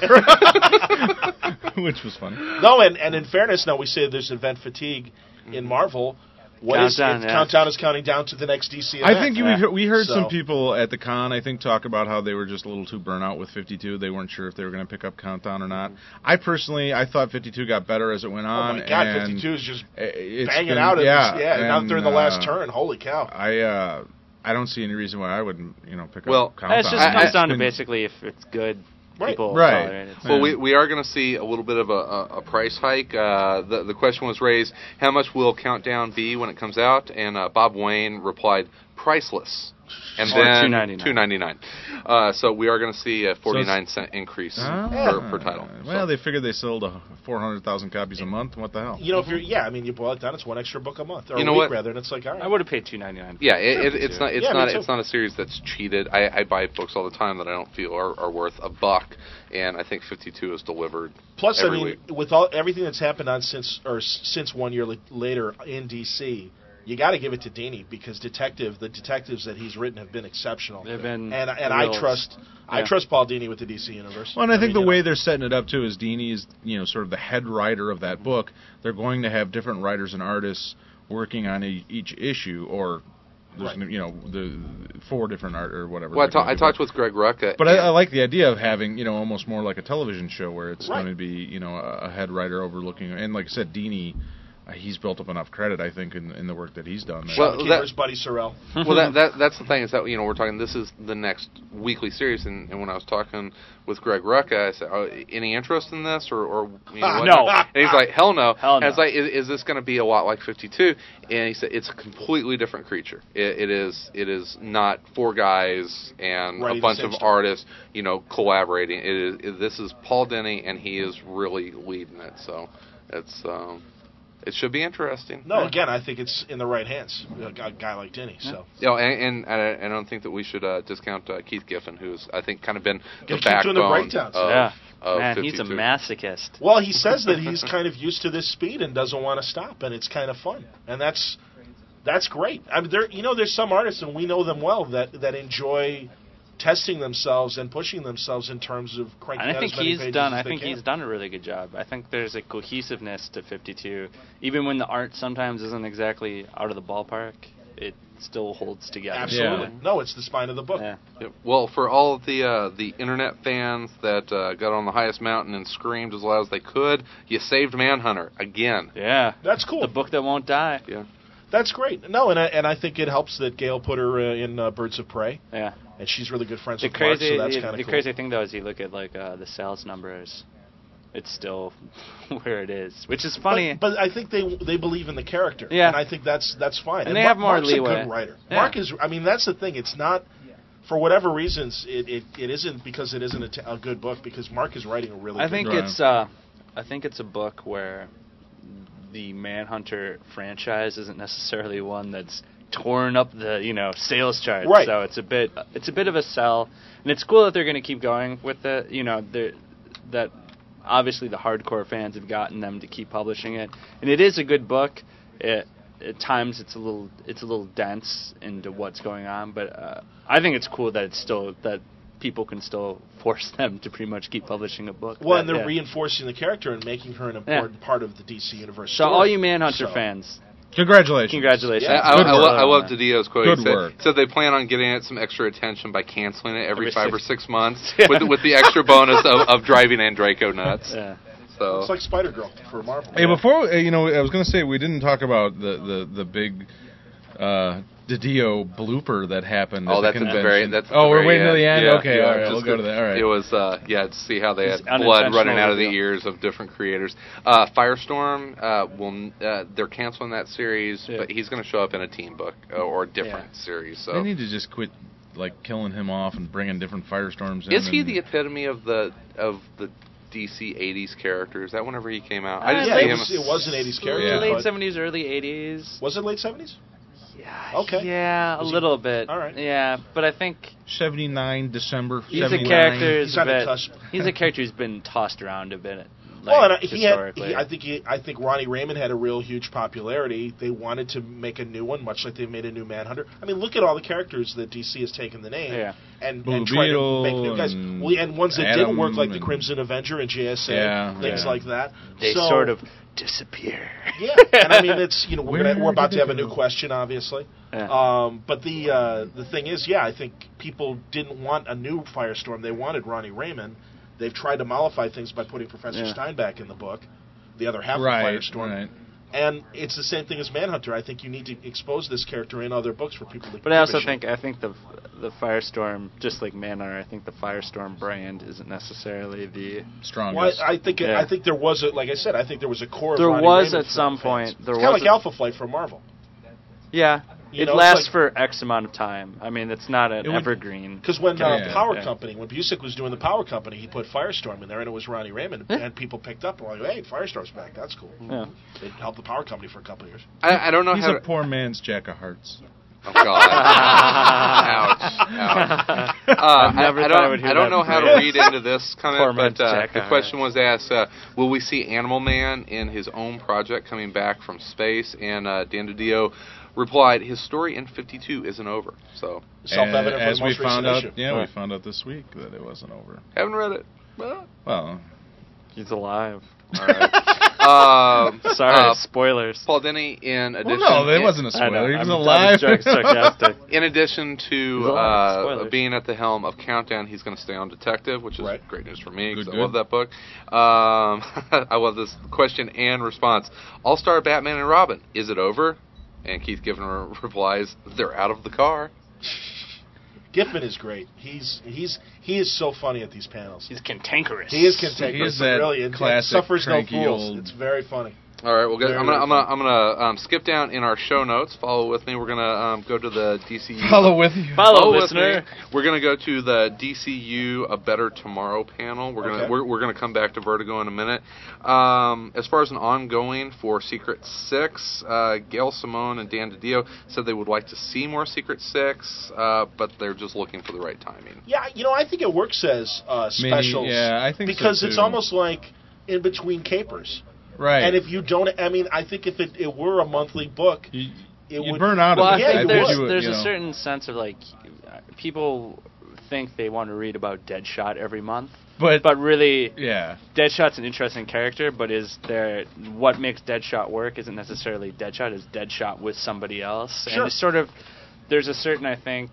[laughs] which was funny. No, and, and in fairness, now we say there's event fatigue in Marvel. What is Countdown, it? yeah. Mm-hmm. Countdown is counting down to the next DC. Event. I think you, Yeah. we we heard some So- people at the con, I think, talk about how they were just a little too burnout with 52. They weren't sure if they were going to pick up Countdown or not. I personally, I thought 52 got better as it went Mm-hmm. Oh on. my God, and 52 is just i- it's banging been- out. at yeah, this- yeah. And out and, during the last uh, turn, holy cow! I uh, I don't see any reason why I wouldn't, you know, pick Well, up Countdown. It just I- comes I- down to It's been- basically if it's good, Right. people Right. tolerate it. Well, Yeah. we, we are going to see a little bit of a, a, a price hike. Uh, the, the question was raised how much will Countdown be when it comes out? And uh, Bob Wayne replied, priceless. And Or then $2.99. $2.99. Uh, so we are going to see a 49 cent increase Ah, per, per title. Well, So- they figured they sold uh, 400,000 copies a month. What the hell? You know, if you're yeah, I mean, you boil it down, it's one extra book a month or You a know week what? rather, and it's like all right. I would have paid two ninety nine. Yeah, it, it, it's not it's Yeah, me not too. it's not a series that's cheated. I, I buy books all the time that I don't feel are, are worth a buck, and I think 52 is delivered. Plus, I every mean, week. with all everything that's happened on since or s- since one year la- later in DC, you got to give it to Dini because detective the detectives that he's written have been exceptional. They've been and and I real- trust I yeah. trust Paul Dini with the DC universe. Well, and I think mean, uh, the you way know. they're setting it up too is Dini is you know sort of the head writer of that book. They're going to have different writers and artists working on e each issue, or there's Right. no- you know the four different art or whatever. Well, I, they're ta- gonna I do. talked with Greg Rucka. But I, and- I like the idea of having you know almost more like a television show where it's Right. going to be you know a a head writer overlooking and like I said, Dini, uh, he's built up enough credit I think in, in the work that he's done. There. Well, Sean that- Kiefer's buddy Sorrell. well, [laughs] that, that that's the thing is that you know we're talking. This is the next weekly series, and, and when I was talking with Greg Rucka, I said, oh, "Any interest in this?" Or, or you know, what? [laughs] No. And he's like, "Hell no." Hell and it's no. like, "Is, is this going to be a lot like 52?" And he said, "It's a completely different creature. It, it is. It is not four guys and Writing a the bunch same of story. artists, you know, collaborating. It is. It, this is Paul Denny, and he is really leading it. So, it's um, it should be interesting. No, Yeah. again, I think it's in the right hands. A guy, a guy like Denny. So Yeah, and, and I, I don't think that we should uh, discount uh, Keith Giffen, who's I think kind of been the Gotta keep doing the backbone breakdowns. of Yeah. of Man, he's a 52. masochist. Well, he says that he's kind of used to this speed and doesn't want to stop, and it's kind of fun, and that's that's great. I mean, there you know, there's some artists, and we know them well that that enjoy testing themselves and pushing themselves in terms of cranking. And I out think as many he's pages done. as I they think can. he's done a really good job. I think there's a cohesiveness to 52, even when the art sometimes isn't exactly out of the ballpark. It still holds together. Absolutely. No, it's the spine of the book. Yeah. Yep. Well, for all of the uh, the internet fans that uh, got on the highest mountain and screamed as loud as they could, you saved Manhunter again. Yeah. That's cool. The book that won't die. Yeah. That's great. No, and I, and I think it helps that Gail put her uh, in uh, Birds of Prey, Yeah. and she's really good friends The with crazy, Mark, so that's the, kind of the cool. crazy thing though is you look at like uh, the sales numbers, it's still [laughs] where it is, which is funny. But, but I think they they believe in the character. Yeah. And I think that's that's fine. And they have more Mark's A leeway. good writer. Yeah. Mark is. I mean, that's the thing. It's not. For whatever reasons, it, it, it isn't because it isn't a, t- a good book because Mark is writing a really. I good think book. Right. it's uh, I think it's a book where the Manhunter franchise isn't necessarily one that's torn up the you know sales charts. Right. So it's a bit it's a bit of a sell, and it's cool that they're going to keep going with it. You know, they're- that obviously the hardcore fans have gotten them to keep publishing it, and it is a good book. It, at times it's a little it's a little dense into what's going on, but uh, I think it's cool that it's still that people can still [laughs] force them to pretty much keep publishing a book. well, that- and they're yeah. reinforcing the character and making her an important part of the DC universe. So story. all you Manhunter So- fans, Congratulations. congratulations! I, Yeah, I, good I, lo- work. I love Didio's quote. Good he said, work. said they plan on getting it some extra attention by canceling it every, Every five six- or six months [laughs] Yeah. with, with the extra bonus of, of driving and Draco nuts. Yeah. So It's like Spider Girl for Marvel. Hey, before uh, you know, I was going to say we didn't talk about the the the big uh, Didio blooper that happened. Oh, at the that's at the convention. very. That's at oh, the we're very waiting till the end. okay, yeah, all right, just we'll go to that. All right. It was uh, yeah, to see how they had Just blood running unintentional out of the reveal. ears of different creators. Uh, Firestorm uh, will n- uh, they're canceling that series, Yeah. but he's going to show up in a team book uh, or a different series. They So need to just quit like killing him off and bringing different firestorms in. is he and- the epitome of the of the DC '80s character? Is that whenever he came out? Uh, I yeah, just see it him. was, it was an '80s character. Yeah. Late but- seventies, early eighties. was it late '70s? Yeah. Okay. Yeah, a Was he- little bit. All right. Yeah, but I think 79 December? he's a 79. character. who's He's on the a bit- cusp. He's a character who's been tossed around a bit. Like, well, and I, he had, historically. he, I think he, I think Ronnie Raymond had a real huge popularity. They wanted to make a new one, much like they made a new Manhunter. I mean, look at all the characters that DC has taken the name Yeah. and, Blue and tried to Beetle make new guys. and Well, and ones that didn't work, like the Adam Crimson Avenger and JSA, Yeah, things yeah. like that. they So- sort of disappear. yeah. And I [laughs] mean, it's you know we're, gonna, Where we're about did to have they a new go? question, obviously. [laughs] Yeah. Um, but the uh, the thing is, yeah, I think people didn't want a new Firestorm. They wanted Ronnie Raymond. They've tried to mollify things by putting Professor Yeah. Steinbeck in the book, the other half Right, of Firestorm. right. And it's the same thing as Manhunter. I think you need to expose this character in other books for people to. But I give also a shit. think I think the the Firestorm, just like Manor, I think the Firestorm brand isn't necessarily the. Well, Strongest. I, I think Yeah. I think there was a like I said I think there was a core. of There Ronnie was Raymond at some fans. point- there it's kind was of like a- Alpha Flight for Marvel. Yeah, You it know, it's lasts like- for X amount of time. I mean, it's not an It would- [laughs] evergreen. Because when uh, Yeah, Power yeah. Company, when Busick was doing the Power Company, he put Firestorm in there, and it was Ronnie Raymond, Yeah. and people picked up and were like, "Hey, Firestorm's back. That's cool." Yeah. It helped the Power Company for a couple of years. I, I don't know He's how. a to, poor man's Jack of Hearts. oh [laughs] [laughs] God! Ouch! Ouch! Uh, I've I, never I thought don't, I would hear don't that know how to phrase. read into this Poor comment, man's but uh, Jack the Iron. question was asked: uh, Will we see Animal Man in his own project coming back from space? And uh, Dan DiDio replied, "His story in '52 isn't over, so And Self-evident from as the we most found out, recent issue. yeah, we Right. found out this week that it wasn't over. haven't read it." Well, Well, [laughs] He's alive. all [laughs] right. um, Sorry, uh, spoilers. Paul Denny. In well addition, no, it wasn't a I know, spoiler. He was I'm- I'm alive. just sarcastic. In addition There's to a lot of uh, spoilers. being at the helm of Countdown, he's going to stay on Detective, which is Right. great news for me Good, because I good. love that book. Um, [laughs] I love this question and response. All Star Batman and Robin, is it over? And Keith Giffen re- [laughs] replies, "They're out of the car." Giffen is great. He's he's he is so funny at these panels. He's cantankerous. He is contagious. He is that really, and- and classic suffers no cranky fools. old- It's very funny. All right, well, good. Very I'm gonna, I'm good. gonna, I'm gonna um, skip down in our show notes. Follow with me. We're gonna um, go to the DCU. Follow with you. Follow, Follow with listener. me. Oh, We're gonna go to the DCU A Better Tomorrow panel. We're gonna Okay. we're, we're gonna come back to Vertigo in a minute. Um, as far as an ongoing for Secret Six, uh, Gail Simone and Dan DiDio said they would like to see more Secret Six, uh, but they're just looking for the right timing. Yeah, you know, I think think it works as uh, Mini- specials. yeah, I think so, because it's too. almost like in between capers. Right. And if you don't, I mean, I think if it, it were a monthly book, you, it you would burn out. Well, of I it. Yeah, I think would you there's, do it, there's you a know. certain sense of like uh, people think they want to read about Deadshot every month, But, but really, yeah, Deadshot's an interesting character. But is there what makes Deadshot work? Isn't necessarily Deadshot. Is Deadshot with somebody else? Sure. And it's sort of there's a certain I think.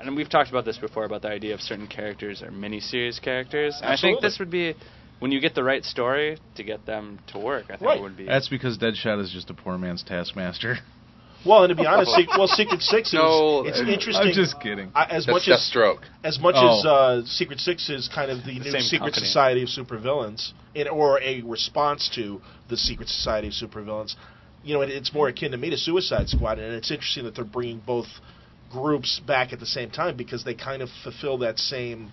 And we've talked about this before about the idea of certain characters are miniseries characters. And I think Absolutely. this would be when you get the right story to get them to work. I think Right. it would be. that's because Deadshot is just a poor man's Taskmaster. [laughs] Well, and to be honest, Se- well, Secret Six is No, it's uh, interesting. I'm just kidding. I, as That's much as Deathstroke. as much Oh. as uh, Secret Six is kind of the, new same Secret company. Society of Supervillains, and or a response to the Secret Society of Supervillains, you know, it, it's more akin to me to Suicide Squad, and it's interesting that they're bringing both groups back at the same time because they kind of fulfill that same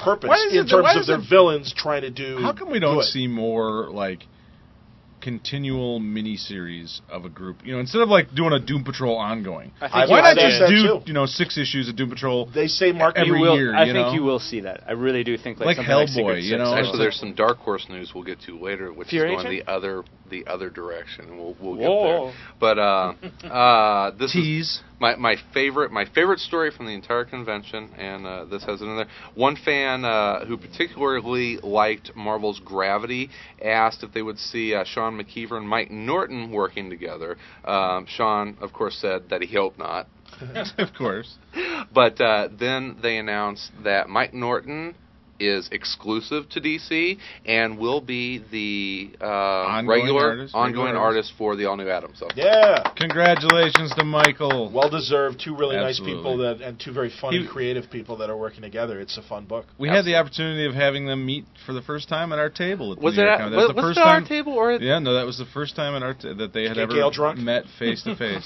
purpose Why is in it- why terms of is their it- villains trying to do. How come we don't good. see more like continual miniseries of a group? You know, instead of like doing a Doom Patrol ongoing, I think I- you why will not see just it. that do too. you know six issues of Doom [laughs] Patrol? [laughs] They say Mark every you will, year, I you think know? you will see that. I really do think like, Like something Hellboy, like Secret you Six know, or it's Actually, a- Oh. there's some Dark Horse news we'll get to later, which Fury is going Agent? the other the other direction, and we'll we'll Whoa. get there. But uh, uh, this is Tease. my, my favorite my favorite story from the entire convention, and uh, this has it in there. One fan uh, who particularly liked Marvel's Gravity asked if they would see uh, Sean McKeever and Mike Norton working together. Um, Sean, of course, said that he hoped not. of course. But uh, then they announced that Mike Norton is exclusive to DC and will be the uh, Ongoing regular artist, ongoing regular artist for the all new Adam. So Yeah, Congratulations to Michael. well deserved. Two really Absolutely. nice people that, and two very funny, He- creative people that are working together. It's a fun book. we had the opportunity of having them meet for the first time at our table. At the was New it York at, Comic- was, That's was the first it at our time- table or at, Yeah, no, that was the first time in our t- that they had Get ever Gail drunk? met face to [laughs] face.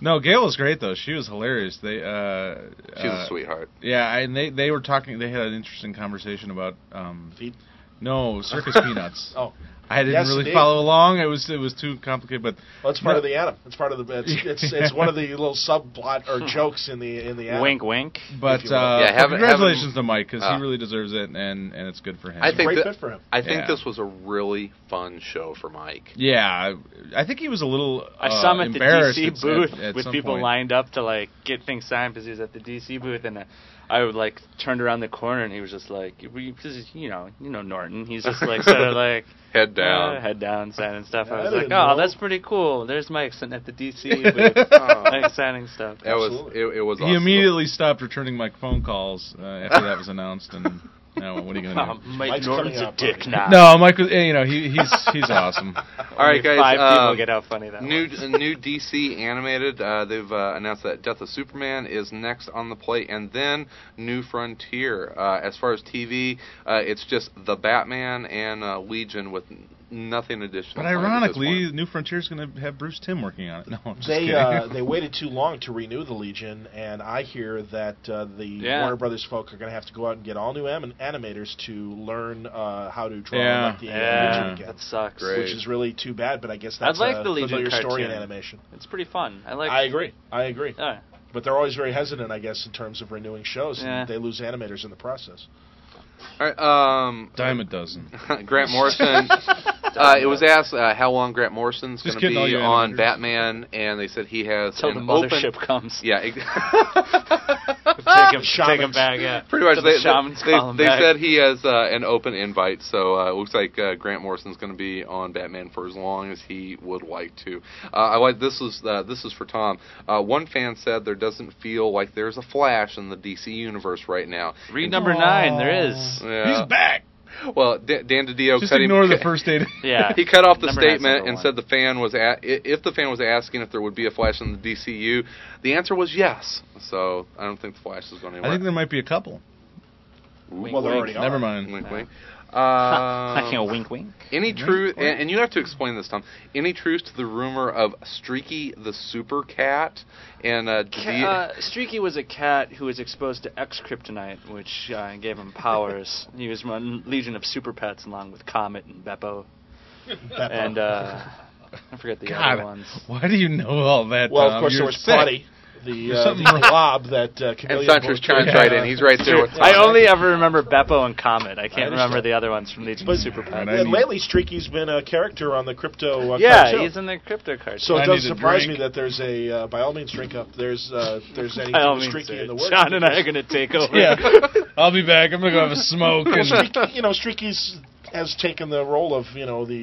No, Gail was great though. She was hilarious. They uh, [laughs] she's uh, a sweetheart. Yeah, and they they were talking. They had an interesting conversation about um, Feet? No, circus peanuts. [laughs] Oh. I didn't Yes, really indeed. follow along. It was it was too complicated. But Well, it's part No. of the atom. It's part of the. It's, it's, it's one of the little subplot or jokes in the in the atom. Wink, wink. but If you will. uh, Yeah, have it- have it- congratulations to Mike because Ah. he really deserves it, and and it's good for him. I It's a think great that- fit for him. I think Yeah. this was a really fun show for Mike. Yeah, I, I think he was a little. I uh, saw him at the embarrassed DC at- booth at- at with some people point. lined up to like get things signed because he was at the DC booth, and uh, I would like turned around the corner and he was just like, because you know, you know Norton, he's just like sort of like [laughs] Head uh, down. head down, signing stuff. I I was like, didn't oh, know." that's pretty cool. There's Mike sitting at the [laughs] DC booth, Oh. like signing stuff. that was Absolutely. it, it was He awesome. immediately stopped returning my phone calls uh, after that was announced, and you know, what are you gonna Oh, do? [laughs] Mike Mike's Norton's coming a up, dick buddy. now. No, Mike. was- eh, You know, he, he's he's [laughs] awesome. All right, guys. Five um, people get how funny that New was. uh, [laughs] new DC animated. Uh, they've uh, announced that Death of Superman is next on the plate, and then New Frontier. Uh, as far as TV, uh, it's just the Batman and uh, Legion with n- nothing additional. But planned at this ironically, point. New Frontier's going to have Bruce Tim working on it. [laughs] No, I'm just They kidding. uh, they waited too long to renew the Legion, and I hear that uh, the Yeah. Warner Brothers folk are going to have to go out and get all new anim- animators to learn uh, how to draw Yeah. like the yeah, Legion again, that sucks. Great. which is really too bad. But I guess that's like a the Legion familiar story in cartoon. animation. It's pretty fun. I like. I agree. I agree. Yeah. But they're always very hesitant, I guess, in terms of renewing shows. and Yeah. They lose animators in the process. All right, um, [laughs] dime a dozen. [laughs] Grant [laughs] Morrison. uh, it was asked uh, how long Grant Morrison's Just going to kidding, all be you on animators. Batman, and they said he has Till an the open. mothership comes. Yeah, ex- [laughs] [laughs] take him, Shamans. take him back. Yeah, Pretty much, To they, the shamans they, call him they back. said he has uh, an open invite, so uh, it looks like uh, Grant Morrison's going to be on Batman for as long as he would like to. Uh, I like this is uh, this is for Tom. Uh, one fan said there doesn't feel like there's a Flash in the DC universe right now. read And- number nine. There is. Yeah. He's back. Well, D- Dan DiDio Just cut him- [laughs] ignore the first [laughs] date. Yeah, He cut off the Number nine's statement number and one. said the fan was a- i- if the fan was asking if there would be a Flash in the DCU, the answer was yes. So I don't think the Flash is going I think anywhere. there might be a couple. well, they're wink. already Never are. mind. Wink, wink. [laughs] I Um, can wink, wink. Any Right, truth, right. and, and you have to explain this, Tom. Any truth to the rumor of Streaky the Super Cat and uh, the, [laughs] Ca- uh, Streaky was a cat who was exposed to X kryptonite, which uh, gave him [laughs] powers. he was one legion of super pets, along with Comet and Beppo, and uh, I forget the other God, [laughs] ones. why do you know all that? Well, Tom? of course, You're there was sick. Putty. the, There's uh, something the wrong. blob that uh, And Chameleon Santra's chimes right in. He's right [laughs] there with I Tom. only ever remember Beppo and Comet. I I can't understand. remember the other ones from Legion But- of Super Pets. And I And need- lately, Streaky's been a character on the crypto. Uh, Yeah, cartoon. he's in the crypto card. So I it does need a surprise me drink. that there's a uh, by all means drink up. There's uh, [laughs] there's anything by all with means, Streaky sir. in the works. John [laughs] and I are going to take over. Yeah. I'll be back. I'm gonna go have a [laughs] smoke. Well, And Streaky, you know, Streaky's has taken the role of you know the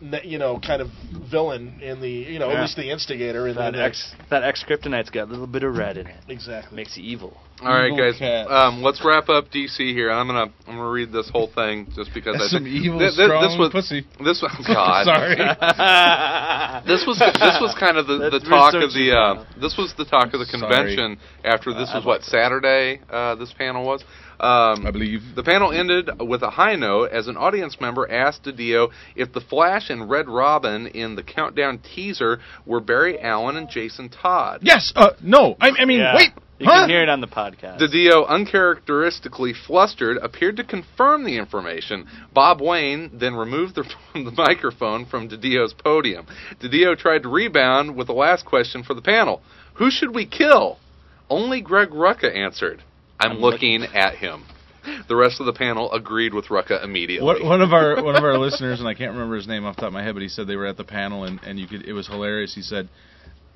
ne- you know kind of villain in the you know Yeah. at least the instigator [laughs] in That the X, that X kryptonite's got a little bit of red in it. exactly. Makes you evil. All right, Evil guys. cats. Um, let's wrap up DC here. I'm gonna I'm gonna read this whole thing just because That's I some think evil, Thi- thi- this strong was pussy. this was [laughs] God. [laughs] Sorry. [laughs] This was this was kind [laughs] of the, the That's talk research of the uh, this was the talk of the Sorry. convention after this Uh, was I what Saturday uh, this panel was. Um, I believe. The panel ended with a high note as an audience member asked DiDio if the Flash and Red Robin in the countdown teaser were Barry Allen and Jason Todd. Yes. Uh. No. I. I mean. Yeah. Wait. You huh? can hear it on the podcast. DiDio, uncharacteristically flustered, appeared to confirm the information. Bob Wayne then removed the, [laughs] the microphone from DiDio's podium. DiDio tried to rebound with the last question for the panel Who should we kill? Only Greg Rucka answered, I'm, looking at him. The rest of the panel agreed with Rucka immediately. What, one of our one of [laughs] our listeners, and I can't remember his name off the top of my head, but he said they were at the panel, and and you could it was hilarious. He said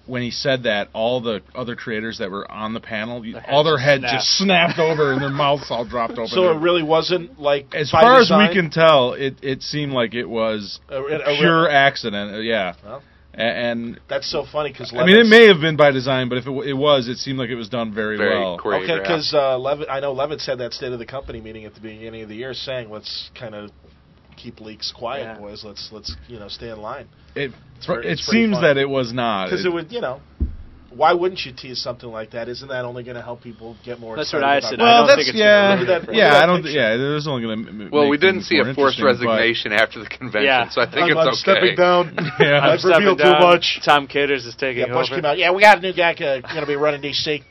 when he said that, all the other creators that were on the panel, you- all their head just snapped over, [laughs] and their mouths all dropped open. So it really wasn't like as by far as design, we can tell, it it seemed like it was a- a- a- pure accident. uh, Yeah. Well. A- And, That's so funny because I mean, it may have been by design, but if it, w- it was, it seemed like it was done very, Very well. choreographed. Okay, because uh, Levitt, I know Levitt's had that state of the company meeting at the beginning of the year, saying let's kind of keep leaks quiet, Yeah. boys. Let's let's you know stay in line It It's very- it it's pretty seems fun. that it was not. because it, would you know. Why wouldn't you tease something like that? Isn't that only going to help people get more? That's what excited I said. about it? I well, don't that's think it's yeah, gonna really affect- yeah. I don't. Picture. Yeah, there's only going to. well, we didn't see a forced resignation after the convention, so I think I'm, it's I'm okay. stepping [laughs] down. yeah, I've revealed too much. Tom Caters is taking Yeah, Bush over. came out. Yeah, we got a new guy uh, going to be running DC.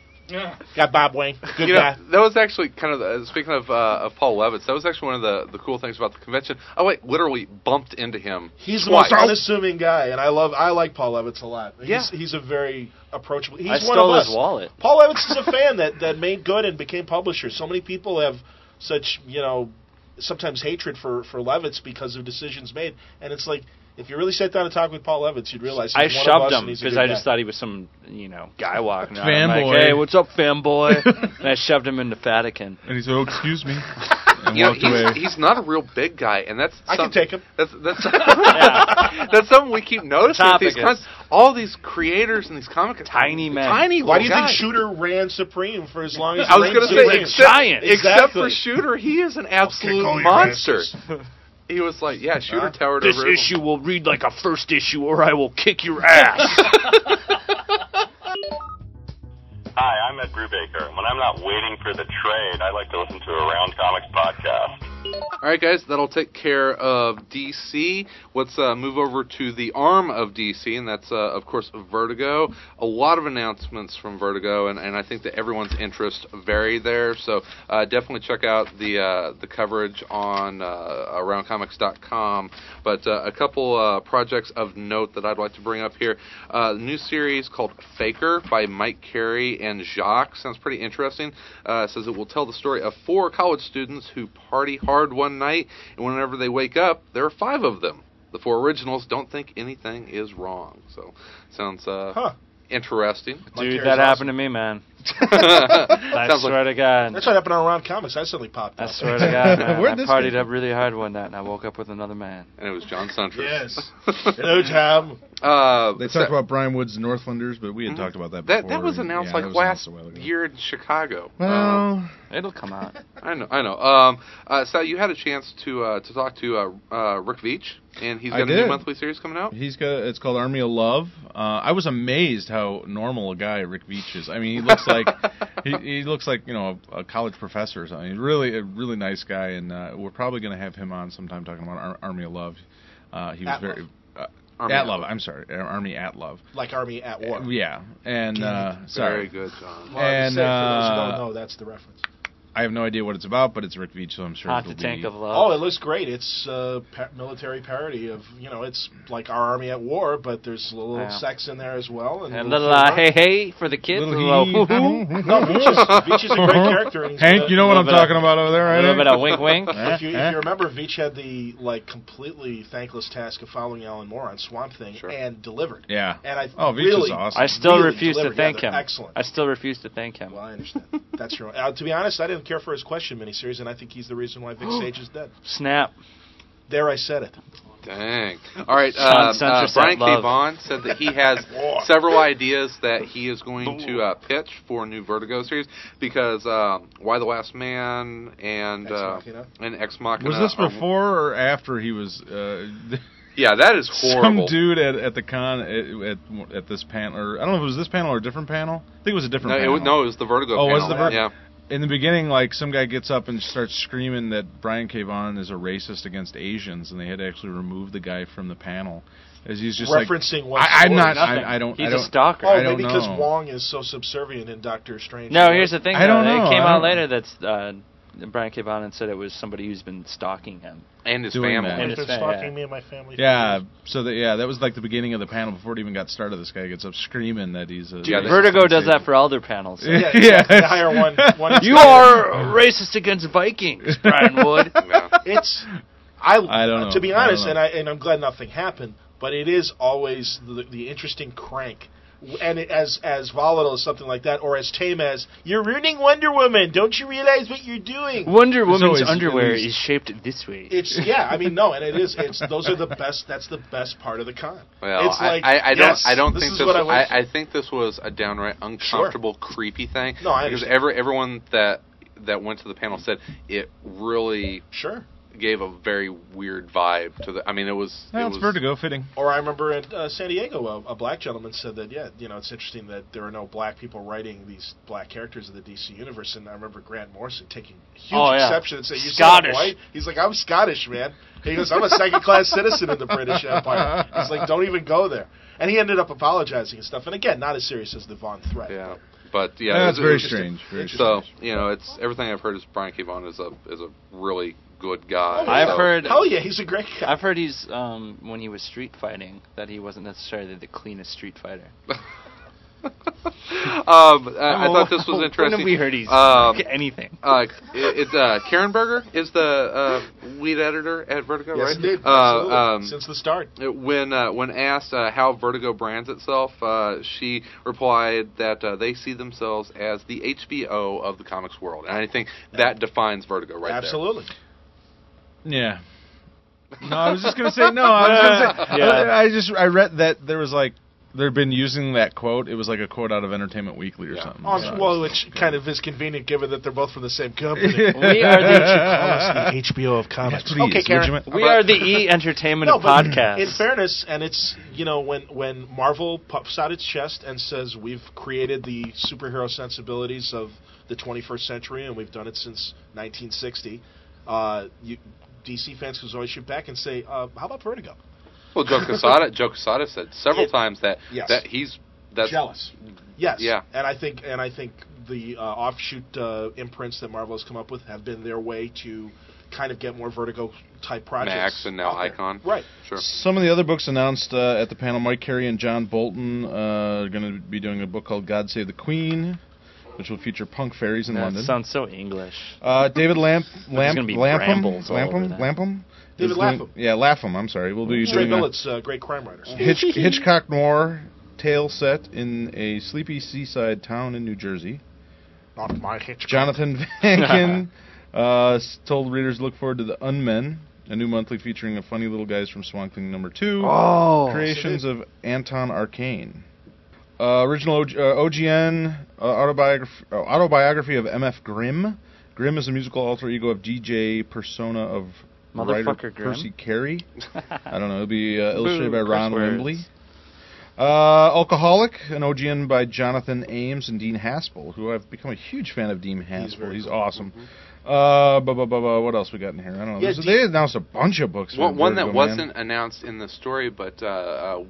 Got Bob Wayne. Good you know, guy. that was actually kind of the, speaking of uh, of Paul Levitz. That was actually one of the, the cool things about the convention. I like literally bumped into him. He's the twice. most unassuming guy, and I love I like Paul Levitz a lot. He's, Yeah. he's a very approachable. He's I one of stole us. his wallet. Paul [laughs] Levitz is a fan that that made good and became publisher. So many people have such you know sometimes hatred for for Levitz because of decisions made, and it's like if you really sat down and talked with Paul Levitz, you'd realize he's I one of us shoved him and he's a because good I just guy. thought he was some, you know, guy walking around. I'm Fanboy. Like, hey, what's up, [laughs] fanboy? and I shoved him into Vatican. and he said, "Oh, excuse [laughs] me," and You know, walked away. he's, he's not a real big guy, and that's I can something- take him. That's [laughs] that's [laughs] that's something we keep noticing. with These Topic cons- all these creators and these comic Tiny man. tiny. Why little do you think guys. Shooter ran supreme for as [laughs] long as I he was reigned going to say supreme? except, Giant. except Exactly. for Shooter, he is an absolute all your monster. He was like, yeah, Shooter Huh? towered This over. everyone. issue will read like a first issue, or I will kick your [laughs] ass. Hi, I'm Ed Brubaker. When I'm not waiting for the trade, I like to listen to Around Comics podcast. All right, guys, that'll take care of DC. Let's uh, move over to the arm of DC, and that's, uh, of course, Vertigo. A lot of announcements from Vertigo, and, and I think that everyone's interests vary there. So uh, definitely check out the uh, the coverage on uh, aroundcomics.com. But uh, a couple uh, projects of note that I'd like to bring up here: uh, new series called Faker by Mike Carey and Jacques sounds pretty interesting. Uh, it says it will tell the story of four college students who party hard one night, and whenever they wake up, there are five of them. The four originals don't think anything is wrong. So, sounds uh, Huh. interesting. [laughs] [laughs] Dude, Monkey that is awesome. happened to me, man. I sounds swear to God. That's what happened on Around Comics. I suddenly popped I up. [laughs] [laughs] swear to God, man. Where'd I this partied come up really hard one night, and I woke up with another man. and it was John Suntress. [laughs] Yes. Hello, Tom. Uh, They so- talked about Brian Wood's Northlanders, but we had Mhm. talked about that. that. before, That was and- announced yeah, that was like announced last a while ago. year in Chicago. Um, Well, It'll come out. I know, I know. Um, uh, so you had a chance to uh, to talk to uh, uh, Rick Veitch, and he's I got a new did. monthly series coming out. He's got it's called Army of Love. Uh, I was amazed how normal a guy Rick Veitch is. I mean, he looks [laughs] like he, he looks like you know a, a college professor or something. He's really a really nice guy, and uh, we're probably going to have him on sometime talking about Ar- Army of Love. Uh, he was At very uh, Army at at Love. I'm sorry, Ar- Army at Love. Like Army at War. Yeah, and uh, sorry. Very good, John. Well, I would And, say for those who uh, don't know, that's the reference. I have no idea what it's about, but it's Rick Veitch, so I'm sure Hot it'll to tank be. of Oh, love. it looks great. It's uh, pa- military parody of you know, it's like our army at war, but there's a little Yeah. sex in there as well, and, and little uh, hey hey for the kids. Little little hee- [laughs] woo-hoo, No, Veach is, Veach is a great character. And he's Hank, gonna- you know what I'm Little bit of- talking about over there, a right? little bit Hank? of wink wink. [laughs] If you, Eh, eh. if you remember, Veach had the like completely thankless task of following Alan Moore on Swamp Thing Sure. and delivered. [laughs] Yeah. And I Oh, Veach is really, awesome. I still really refuse to delivered. thank Yeah, him. they're Excellent. I still refuse to thank him. well, I understand. That's your. Uh, to be honest, I didn't care for his question miniseries, and I think he's the reason why Vic Sage is dead. Snap. There, I said it. Dang. All right. Sean Uh, uh, Sunderset Brian K. love. Vaughan said that he [laughs] has several ideas that he is going to uh, pitch for a new Vertigo series because uh, Why the Last Man and Ex uh, Machina. and Ex Machina. Was this Uh, are- before or after he was? Uh, [laughs] yeah, that is horrible. Some dude at, at the con at, at at this panel, or I don't know if it was this panel or a different panel. I think it was a different. no, it panel. was, no, it was the Vertigo. Oh, panel. was it the Vertigo? Yeah. in the beginning, like some guy gets up and starts screaming that Brian K. Vaughan is a racist against Asians, and they had to actually removed the guy from the panel as he's just Referencing like, what I, I'm story? not. Nothing. I, I don't. He's I a don't, stalker. I Oh, don't maybe because know. Wong is so subservient in Doctor Strange. No, here's the thing. I don't though. know. It came I out don't- later that uh, Brian K. Vaughan said it was somebody who's been stalking him. And his Doing family. that. And They've it's been fa- stalking yeah. me and my family. for Yeah. years. So that yeah, that was like the beginning of the panel before it even got started. This guy gets up screaming that he's a. Yeah, racist Vertigo against does that Asians. for all their panels. [laughs] Yeah, Yes. they hire one. one you are racist against Vikings, Brian [laughs] Wood. Yeah. It's I. I don't know. To be I don't honest, know. and I and I'm glad nothing happened, but it is always the, the interesting crank. And it, as as volatile as something like that, or as tame as "You're ruining Wonder Woman. Don't you realize what you're doing?" Wonder There's Woman's always- underwear there's- is shaped this way. It's yeah, I mean no, and it is. It's those are the best. That's the best part of the con. Well, it's like I, I, I don't, yes, I don't this think is this. what I, I, went I, think this was a downright uncomfortable, creepy thing. No, I because understand. every, everyone that that went to the panel said it really for. sure. gave a very weird vibe to the. I mean, it was. Yeah, it it's was- Vertigo fitting. Or I remember in uh, San Diego, a, a black gentleman said that, yeah, you know, it's interesting that there are no black people writing these black characters of the DC universe. And I remember Grant Morrison taking huge Oh, yeah. exception and saying, "You Scottish." said I'm white." He's like, "I'm Scottish, man." He goes, "I'm a second class citizen in the British Empire." He's like, "Don't even go there." And he ended up apologizing and stuff. And again, not as serious as the Von threat. Yeah, but yeah, it Yeah, was- it's it very was just- strange. Very So strange. you know, it's everything I've heard is Brian Kevon is a is a really good guy. Oh, I've so- heard. Hell yeah, he's a great guy. I've heard he's um, when he was street fighting that he wasn't necessarily the cleanest street fighter. [laughs] um, I, I thought this was [laughs] When interesting. have we heard he's [laughs] Um, anything? Uh, it's uh, Karen Berger is the uh, lead editor at Vertigo, yes, right? indeed. Absolutely. Uh, um, Since the start. when uh, when asked uh, how Vertigo brands itself, uh, she replied that uh, they see themselves as the HBO of the comics world, and I think that defines Vertigo right Absolutely. Yeah. No, I was just gonna say no. I was gonna say [laughs] Yeah. I, I just I read that there was like they've been using that quote. It was like a quote out of Entertainment Weekly or Yeah. something. Oh, So- well, which kind of is convenient given that they're both from the same [laughs] company. We are the Call us the HBO of comics. Please, okay, Karen. would you we are the E Entertainment No, of but podcasts. in fairness, and it's you know when when Marvel puffs out its chest and says we've created the superhero sensibilities of the 21st century and we've done it since 1960, uh, you, DC fans can always shoot back and say, uh, how about Vertigo? there. Well, Joe Quesada, Joe Quesada said several It- times that yes. that he's that's jealous. Yes. Yeah. And I think and I think the uh, offshoot uh, imprints that Marvel has come up with have been their way to kind of get more Vertigo type projects. Max and now out there. Icon. Right. sure. [laughs] Some of the other books announced uh, at the panel: Mike Carey and John Bolton uh, are going to be doing a book called "God Save the Queen," which will feature punk fairies in that London. sounds [laughs] so English. Uh, David Lamp, Lamp, gonna be Lampum, brambles all over Lampum, that. Lampum. David is doing- Lapham. Yeah, Lapham. I'm sorry. We'll be Straight doing a Billets, uh, great crime writers. Hitch, [laughs] Hitchcock noir tale set in a sleepy seaside town in New Jersey. Not my Hitch. Jonathan [laughs] Vankin uh, s- told readers to look forward to the Unmen, a new monthly featuring the funny little guys from Swamp Thing number two. Oh, Creations of Anton Arcane. Uh, original OG, uh, OGN uh, autobiography, uh, autobiography of M.F. Grimm. Grimm is a musical alter ego of DJ persona of writer Motherfucker Grimm. Percy Carey. I don't know. It'll be uh, illustrated by curse Ron words. Wembley. Uh, Alcoholic, an OGN by Jonathan Ames and Dean Haspel, who I've become a huge fan of. Dean Haspel, he's, very cool. awesome. Uh, bu- bu- bu- bu- what else we got in here? I don't know. Yeah, There's- Dean- they announced a bunch of books. for One, one that Vertigo, man. wasn't announced in the story, but uh, uh,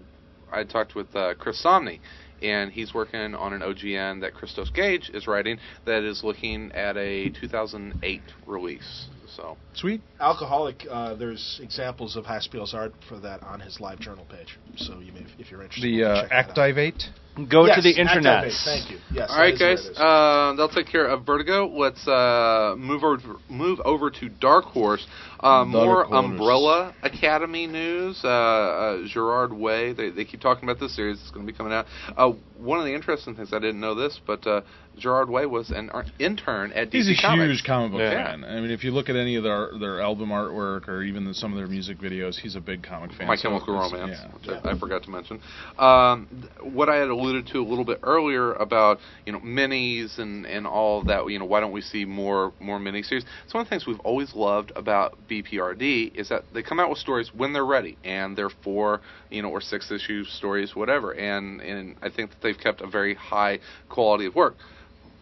I talked with uh, Chris Somney, and he's working on an OGN that Christos Gage is writing that is looking at a 2008 release. So Sweet. Alcoholic. Uh, there's examples of Haspiel's art for that on his live journal page. So you may, if you're interested, The you can uh, check that out. Activate. Go Yes, to the Activate, internet. Thank you. Yes. All that right, is where it guys. is. Uh, that'll take care of Vertigo. Let's uh, move over move over to Dark Horse. Uh, more Horse. Umbrella Academy news. Uh, uh, Gerard Way. They, they keep talking about this series. It's going to be coming out. Uh, one of the interesting things I didn't know this, but uh, Gerard Way was an ar- intern at DC He's a Comics. huge comic book Yeah. fan. I mean, if you look at any of their their album artwork or even the, some of their music videos, he's a big comic fan. My So Chemical it's- Romance, yeah. which I, I forgot to mention. Um, th- what I had alluded to a little bit earlier about you know minis and and all that. You know, why don't we see more more miniseries? It's one of the things we've always loved about BPRD is that they come out with stories when they're ready, and they're four you know or six issue stories, whatever. And and I think that they've kept a very high quality of work.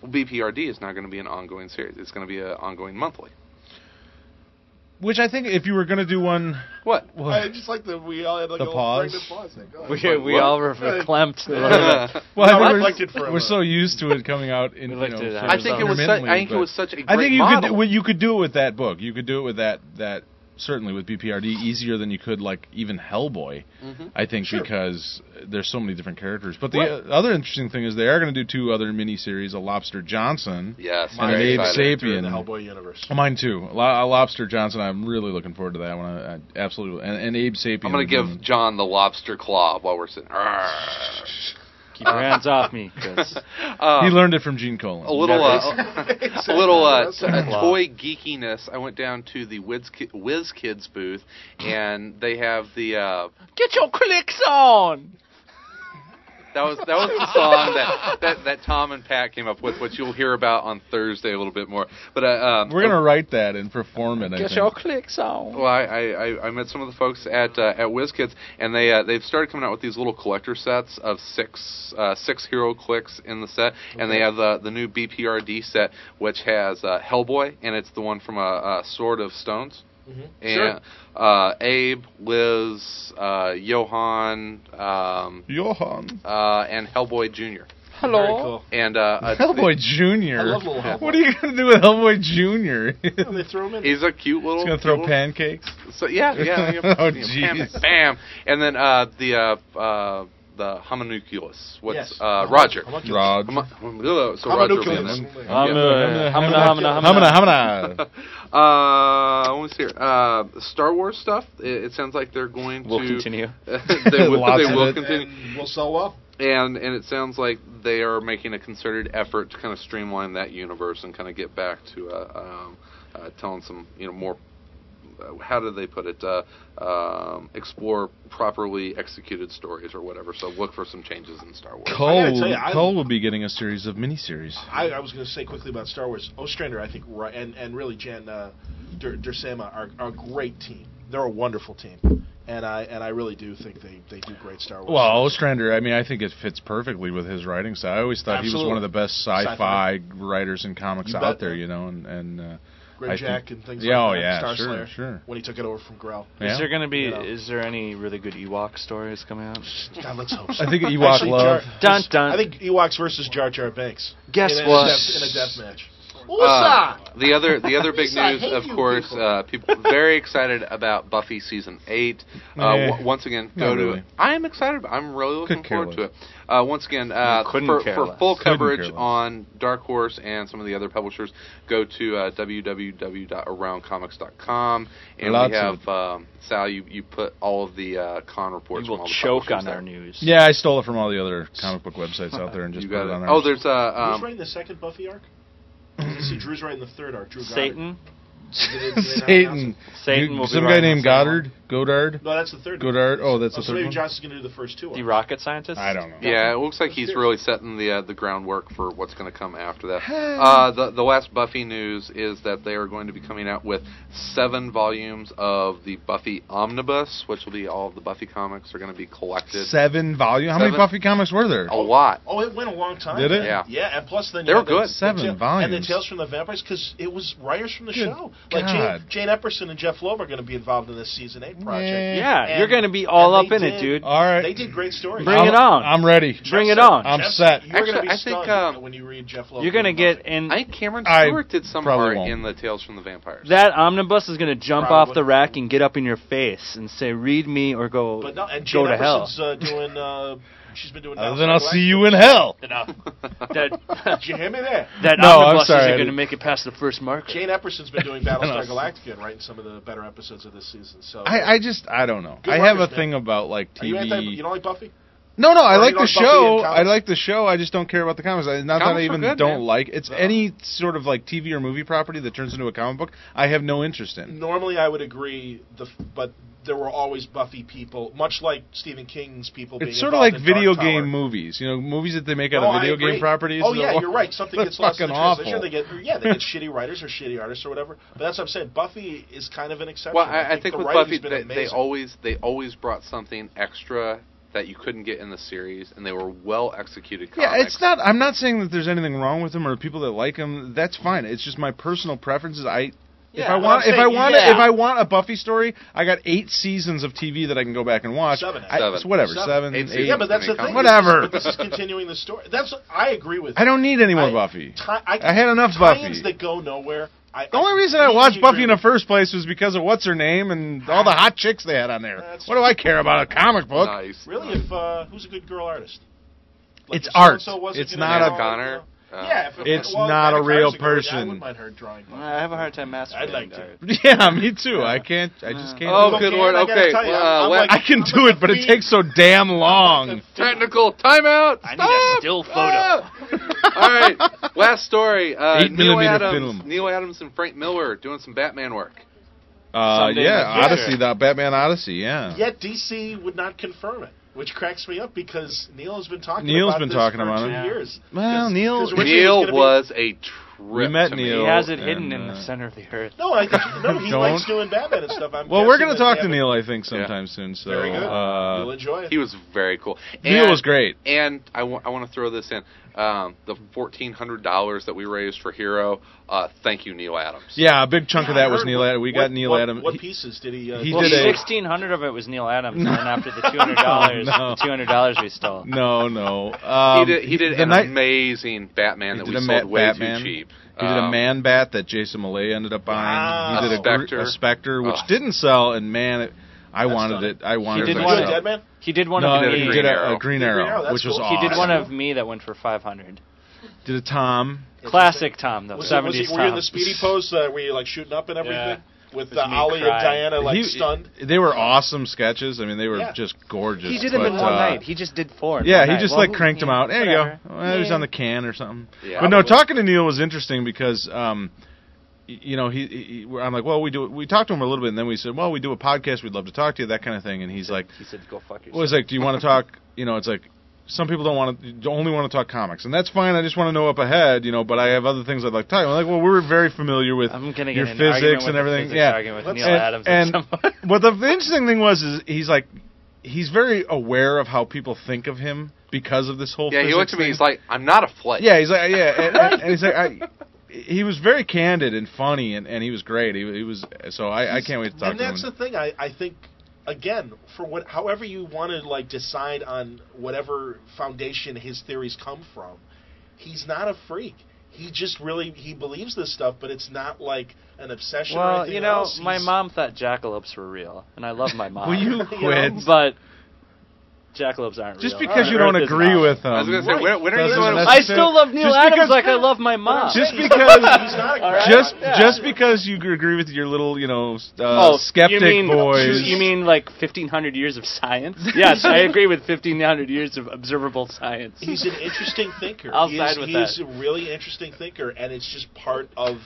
BPRD is not going to be an ongoing series. It's going to be an ongoing monthly. Which I think if you were going to do one, What? well, I just like that we all had like The a pause. Pause thing. [laughs] God. We, we What? all were clamped. well, I No, think I we're, liked it for a we're minute. so used to it coming [laughs] out in. We you liked know, it. sort I of think it was such. I think it intermittently, was such a great but I think you model. could well, you could do it with that book. You could do it with that that certainly with BPRD easier than you could like even Hellboy. Mm-hmm. I think because there's so many different characters. But the uh, other interesting thing is they are going to do two other miniseries: a Lobster Johnson. Yes, My very Abe excited. Sapien. Through the Hellboy universe. Oh, mine too. Lo- uh, Lobster Johnson. I'm really looking forward to that one. I, I absolutely. And, and Abe Sapien. I'm gonna is give in- John the lobster claw while we're sitting. Um, Arrgh. Keep your hands off me, Chris. he learned it from Gene Colan. um, A little, uh, a little uh, t- uh, Claw. toy geekiness. I went down to the Wiz, Ki- Whiz Kids booth, and they have the. Uh, Get your clicks on. that was that was the song that, that that Tom and Pat came up with, which you'll hear about on Thursday a little bit more. But uh, um, We're gonna write that and perform it. I Get think. your clicks on. Well, I, I, I- I met some of the folks at uh, at WizKids, and they uh, they've started coming out with these little collector sets of six uh, six hero clicks in the set, and they have the the new BPRD set, which has uh, Hellboy, and it's the one from a uh, uh, Sword of Stones, Mm-hmm. and uh, Abe, Liz, uh, Johan, um, Johan. uh, and Hellboy Junior. Hello. Very cool. And uh, uh, Hellboy Junior. I love little Hellboy. What are you gonna do with Hellboy Junior? [laughs] He's And they throw him in. he's a cute little. gonna throw little- pancakes. So yeah, [laughs] yeah. yeah, Oh, yeah, bam, jeez. Bam, and then uh, the uh, uh, the homunculus. What's Yes. uh, Roger? Homunculus. Rod. Homu- homunculus. so Roger will be in Homunculus. that. uh, Hamna, hamna, Hamna, [laughs] hamna. hamna. [laughs] Uh, I want to see here. Uh, Star Wars stuff. It, it sounds like they're going We'll to. continue. [laughs] [laughs] they will, Lots they of will it. continue, And will sell well. and and it sounds like they are making a concerted effort to kind of streamline that universe and kind of get back to uh, um, uh, telling some you know more uh, how do they put it? Uh, um, explore properly executed stories or whatever. So look for some changes in Star Wars. I gotta Cole, tell you, I- Cole will be getting a series of miniseries. I, I was going to say quickly about Star Wars. Ostrander, I think, ri- and and really Jan uh, Dur- Dursema are, are a great team. They're a wonderful team, and I and I really do think they, they do great Star Wars. Well, Ostrander, I mean, I think it fits perfectly with his writing style. I always thought he was Absolutely. one of the best sci-fi, writers and comics You out bet. there, you know, and and uh, I Grim Jack think- and things yeah, like oh, that. yeah, Star sure, Slayer, sure. When he took it over from Grell. yeah. Is there gonna be? You know. Is there any really good Ewok stories coming out? God, let's hope so. I think Ewok [laughs] Actually, love. Jar- Dun, dun. I think Ewoks versus Jar Jar Banks. Guess in a, what? In a, death, in a death match. Uh, the other the other big Lisa, I news, hate of you course, people. Uh, people very excited about Buffy season eight. Uh, Eh, w- once again, not go to really. it. I am excited. about- I'm really looking Could care forward to less. it. Uh, once again, uh, couldn't for, care for less. full Couldn't care coverage less. on Dark Horse and some of the other publishers, go to uh, www.aroundcomics.com, and Lots we of have um, Sal. You, you put all of the uh, con reports. We from will all the choke publishers on there. our news. yeah, I stole it from all the other comic book websites out [laughs] there and just You put got it it. on. Oh, ours. there's a. Who's Um, writing the second Buffy [clears throat] arc? I see, Drew's writing the third arc. Drew Goddard. Satan. Did they- did they [laughs] not Satan. announce Satan You- will be some guy writing named the second one. Goddard. Goddard. it? No, that's the third. one. Goddard. Oh, that's Oh, the so third maybe one. Johnson's going to do the first two. The arcs. rocket scientist. I don't know. Yeah, it looks like he's really setting the uh, the groundwork for what's going to come after [sighs] that. Uh, the the last Buffy news is that they are going to be coming out with seven volumes of the Buffy omnibus, which will be all of the Buffy comics are going to be collected. Seven volume. How many Seven. Buffy comics were there? A lot. Oh, it went a long time. Did it? man. Yeah. Yeah, and plus then They you were had good. The, Seven the, ta- volumes. And the Tales from the Vampires because it was writers from the Good show. Like God. Jane, Jane Epperson and Jeff Loeb are going to be involved in this season eight project. Yeah, And- you're going to be all up and in they it, did- dude. All right. They did great stories. Bring I'm- it on. I'm ready. Bring Jeff it on. I'm Jeff- set. You're going to Actually, be I think, stunned um, when you read Jeff Loeb. You're going to involved. get and I think Cameron Mm. I Stewart did some probably part won't. in the Tales from the Vampires. that omnibus is going to jump off Probably. the rack and get up in your face and say, "Read me or go But no, and go Jane to hell." Epperson's uh, doing. Uh, she's been doing. Uh, Dallas then I'll Black. see you in hell. [laughs] that Did you hear me there? that No, I'm omnibus sorry, I isn't going to didn't- make it past the first mark. Jane Epperson's [laughs] been doing Battlestar I'll- Galactica and writing some of the better episodes of this season. So I, I just I don't know. Good I have writers, a man. thing about like Are you TV. anti? You don't like Buffy? no, no, I Or like you the don't Buffy and show. I comics? like the show. I just don't care about the comics. I, not that I Comics are even good, don't man. like. It's No. any sort of like TV or movie property that turns into a comic book. I have no interest in. Normally, I would agree. The but there were always Buffy people, much like Stephen King's people. being It's sort of involved like in Dark video Tower. game movies. You know, movies that they make out No, of I video agree. game properties. Oh They're yeah, all- you're [laughs] right. Something they're gets lost in fucking the awful. translation. They get yeah, they get shitty writers or shitty artists or whatever. But that's what I'm saying. Buffy is kind of an exception. well, I, I think the with Buffy, writing's been they, they amazing. always they always brought something extra that you couldn't get in the series, and they were well executed. Yeah, comics. it's not. I'm not saying that there's anything wrong with them or people that like them. That's fine. It's just my personal preferences. I. if Yeah, I but want, I'm if I saying- want, yeah. if I want a Buffy story, I got eight seasons of TV that I can go back and watch. Seven. I, Seven. it's whatever, Seven. seven, Eight eight. yeah, but that's the Comics. thing. Whatever. This is, but this is continuing the story. That's I agree with. I don't need any more I- Buffy. you. Ti- I, I had enough tie-ins Buffy. that go nowhere. I, The only reason I watched Buffy in the first place was because of what's her name and all the hot chicks they had on there. That's- what do I care about a comic book? nice. Really, if uh, who's a good girl artist? It's if so-and-so art. wasn't It's gonna not draw, a- you know? Connor, uh, yeah, if, if- It's well, not Anna a real Connor's good- person. I wouldn't mind her drawing. Buffy. I have a hard time mastering. I'd like that. to. [laughs] Yeah, me too. I can't. I just can't. Oh, do it. good Okay, lord. I gotta Okay, tell you, uh, I'm let- like- I can I'm do like it, but a it takes so damn long. Technical timeout. I need a Stop! still [laughs] photo. Ah! All right, last story. Uh, Eight Neil millimeter Adams, film. Neil Adams and Frank Miller doing some Batman work. Uh, Someday yeah, in the Odyssey, future. the Batman Odyssey. Yeah. Yet DC would not confirm it, which cracks me up because Neil has been talking. Neil's about been this talking for about two it. years. Well, 'Cause- Neil- 'cause originally it Neil gonna be- was a trip. We met to Neil. Me. He has it And, hidden in uh, the center of the earth. No, I think no. [laughs] He Don't. likes doing Batman and stuff. I'm Well, we're gonna guessing that talk they to haven't- Neil, I think, sometime soon. So [laughs] Very good. Uh, You'll enjoy it. He was very cool. Neil And- was great. And I want to throw this in. Um, the fourteen hundred dollars that we raised for Hero. Uh, thank you, Neil Adams. Yeah, a big chunk of I that was heard Neil. what- Ad- we what- got Neil what- Adams. What He- pieces did he? Uh, he well, Well, did a- Oh, sixteen hundred of it was Neil Adams, and [laughs] then after the two hundred dollars, No. two hundred dollars we [laughs] stole. No, no. Um, he did, he did the an night- amazing Batman He that did we a sold Matt way Batman. too cheap. He did a Um, man bat that Jason Millay ended up buying. Wow. He did A a, gr- Spectre. a Spectre, which Ugh. didn't sell, and man, it, I That's wanted done. it. I wanted He it. did did one you myself. do a of- Dead Man? He did one no, of did he me. did a, Arrow. a Green Green Arrow, Arrow, that's which was cool. awesome. He did one of me that went for five hundred. Did a Tom. Classic Tom though, Was it- was seventies it- Were you in Tom. the speedy pose uh, where you like shooting up and everything with It was uh, me Ollie and crying. Diana like He- stunned? They were awesome sketches. I mean, they were Yeah. just gorgeous. He did them but, in one uh, night. He just did four. in Yeah, one he night. just Well, like who- cranked them yeah, out. There whatever. you go. Well, It was Yeah. on the can or something. Yeah. but no, Probably. talking to Neil was interesting because, um, y- you know, he, he- he- I'm like, well, we do. We talked to him a little bit, and then we said, well, we do a podcast. We'd love to talk to you, that kind of thing. And he's like, He said, "Go fuck yourself." well, it's like, do you want to talk? [laughs] You know, it's like some people don't want to only want to talk comics, and that's fine. I just want to know up ahead, you know. But I have other things I'd like to talk. I'm like, well, we're very familiar with I'm gonna get your in an physics argument and with the everything. physics yeah, argument with Let's- Neil Adams at and, some point. and [laughs] what the, the interesting thing was is he's like, he's very aware of how people think of him because of this whole. Yeah, he physics looked at me. thing. He's like, "I'm not a flake." Yeah, he's like, yeah, and, and- and he's like, [laughs] I, he was very candid and funny, and, and he was great. He, he was so I, I can't wait to talk and to him. that's the thing. I, I think again for what however you want to like decide on whatever foundation his theories come from, he's not a freak. He just really he believes this stuff, but it's not like an obsession. or Well, anything you know, else. my He's- mom thought jackalopes were real, and I love my mom. Will [laughs] you you quit? But jackalopes aren't Just real. because you Earth don't is agree hollow. with him. I was gonna say, Right. when, when are you Doesn't going to necessarily- I still love Neil Just Adams because- like I love my [laughs] mom. just He's- because- he's not a All right. just Yeah. just because you agree with your little you know s- uh, oh, skeptic you mean, boys. You mean like 1500 years [laughs] of science? yes, I agree with 1500 years of observable science. he's an interesting thinker. I'll he side is, with he that. is a really interesting thinker, and it's just part of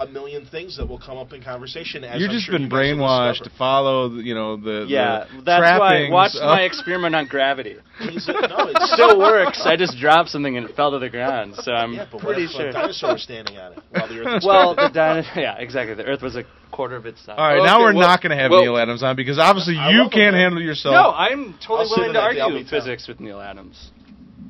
a million things that will come up in conversation. As You've I'm just sure been you guys will brainwashed to discover. follow the, you know the [laughs] yeah, the that's why I trappings watched of- my experiment on gravity. He's [laughs] a- no, It it's still works. I just dropped something and it fell to the ground, so I'm Yeah, but pretty what if a sure. dinosaur was standing on it while the Earth was [laughs] Well, the dino- yeah, exactly. The Earth was a quarter of its size. [laughs] All right, Well, now okay, we're well- not going to have well- Neil Adams on because obviously I you love him, can't man. handle yourself. No, I'm I'll totally sit willing in to that argue Dalby physics with Neil Adams.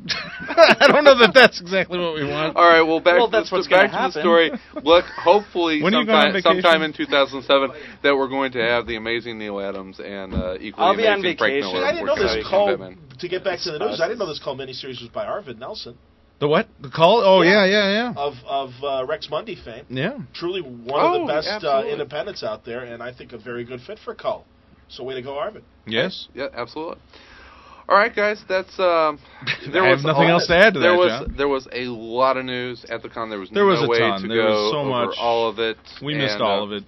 [laughs] I don't know that that's exactly what we want. All right. Well, back Well, to, that's the, what's back gonna to the happen. story. Look, hopefully, When are you going on sometime, vacation? sometime in 2007, that we're going to have the amazing Neil Adams and uh, equally I'll be on amazing Frank vacation. Miller. I didn't know working this on call. Batman. To get back to the news, I didn't know this call miniseries was by Arvid Nelson The what? The call? Oh yeah, yeah, of of uh, Rex Mundy fame. yeah. Yeah. Truly one Oh, of the best uh, absolutely. independents out there, and I think a very good fit for Cull. So way to go, Arvid. Yes. Yeah, absolutely. All right, guys. [laughs] That's um. There I have was nothing all- else to add to there that, was John. there was a lot of news at the con. There was There was no a way ton. to There was go so over much. all of it. We missed and, all uh, of it.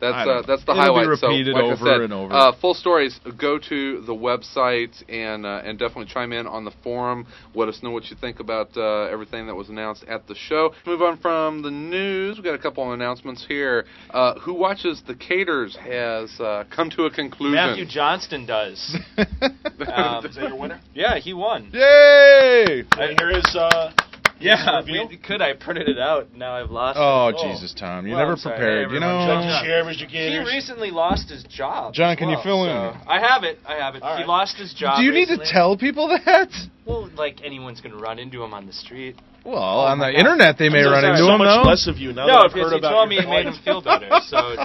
I That's don't uh, know. that's the It'll be highlight. repeated so, like over I said, and over. Uh, full stories. Go to the website and uh, and definitely chime in on the forum. Let us know what you think about uh, everything that was announced at the show. Move on from the news. We have got a couple of announcements here. Uh, Who watches the Caters has uh, come to a conclusion. [laughs] Matthew Johnston does. [laughs] Um, Is that your winner? yeah, he won. Yay! And here is uh, Yeah, Reveal? we- could I printed it out? Now I've lost. Oh, it. Jesus, Tom, you Well, never I'm sorry. prepared. Hey, you know. everyone, judge Judge Chair, Mr. He Gators. recently lost his job. John, as can you well, fill in? so- I have it. I have it. All he right. lost his job. Do you need to recently. tell people that? Well, like anyone's gonna run into him on the street. Well, on the my God. internet they may I'm so run sorry, into so him much though. less of you now. that no, I've because heard he about told me your it made [laughs] him life. feel better. So,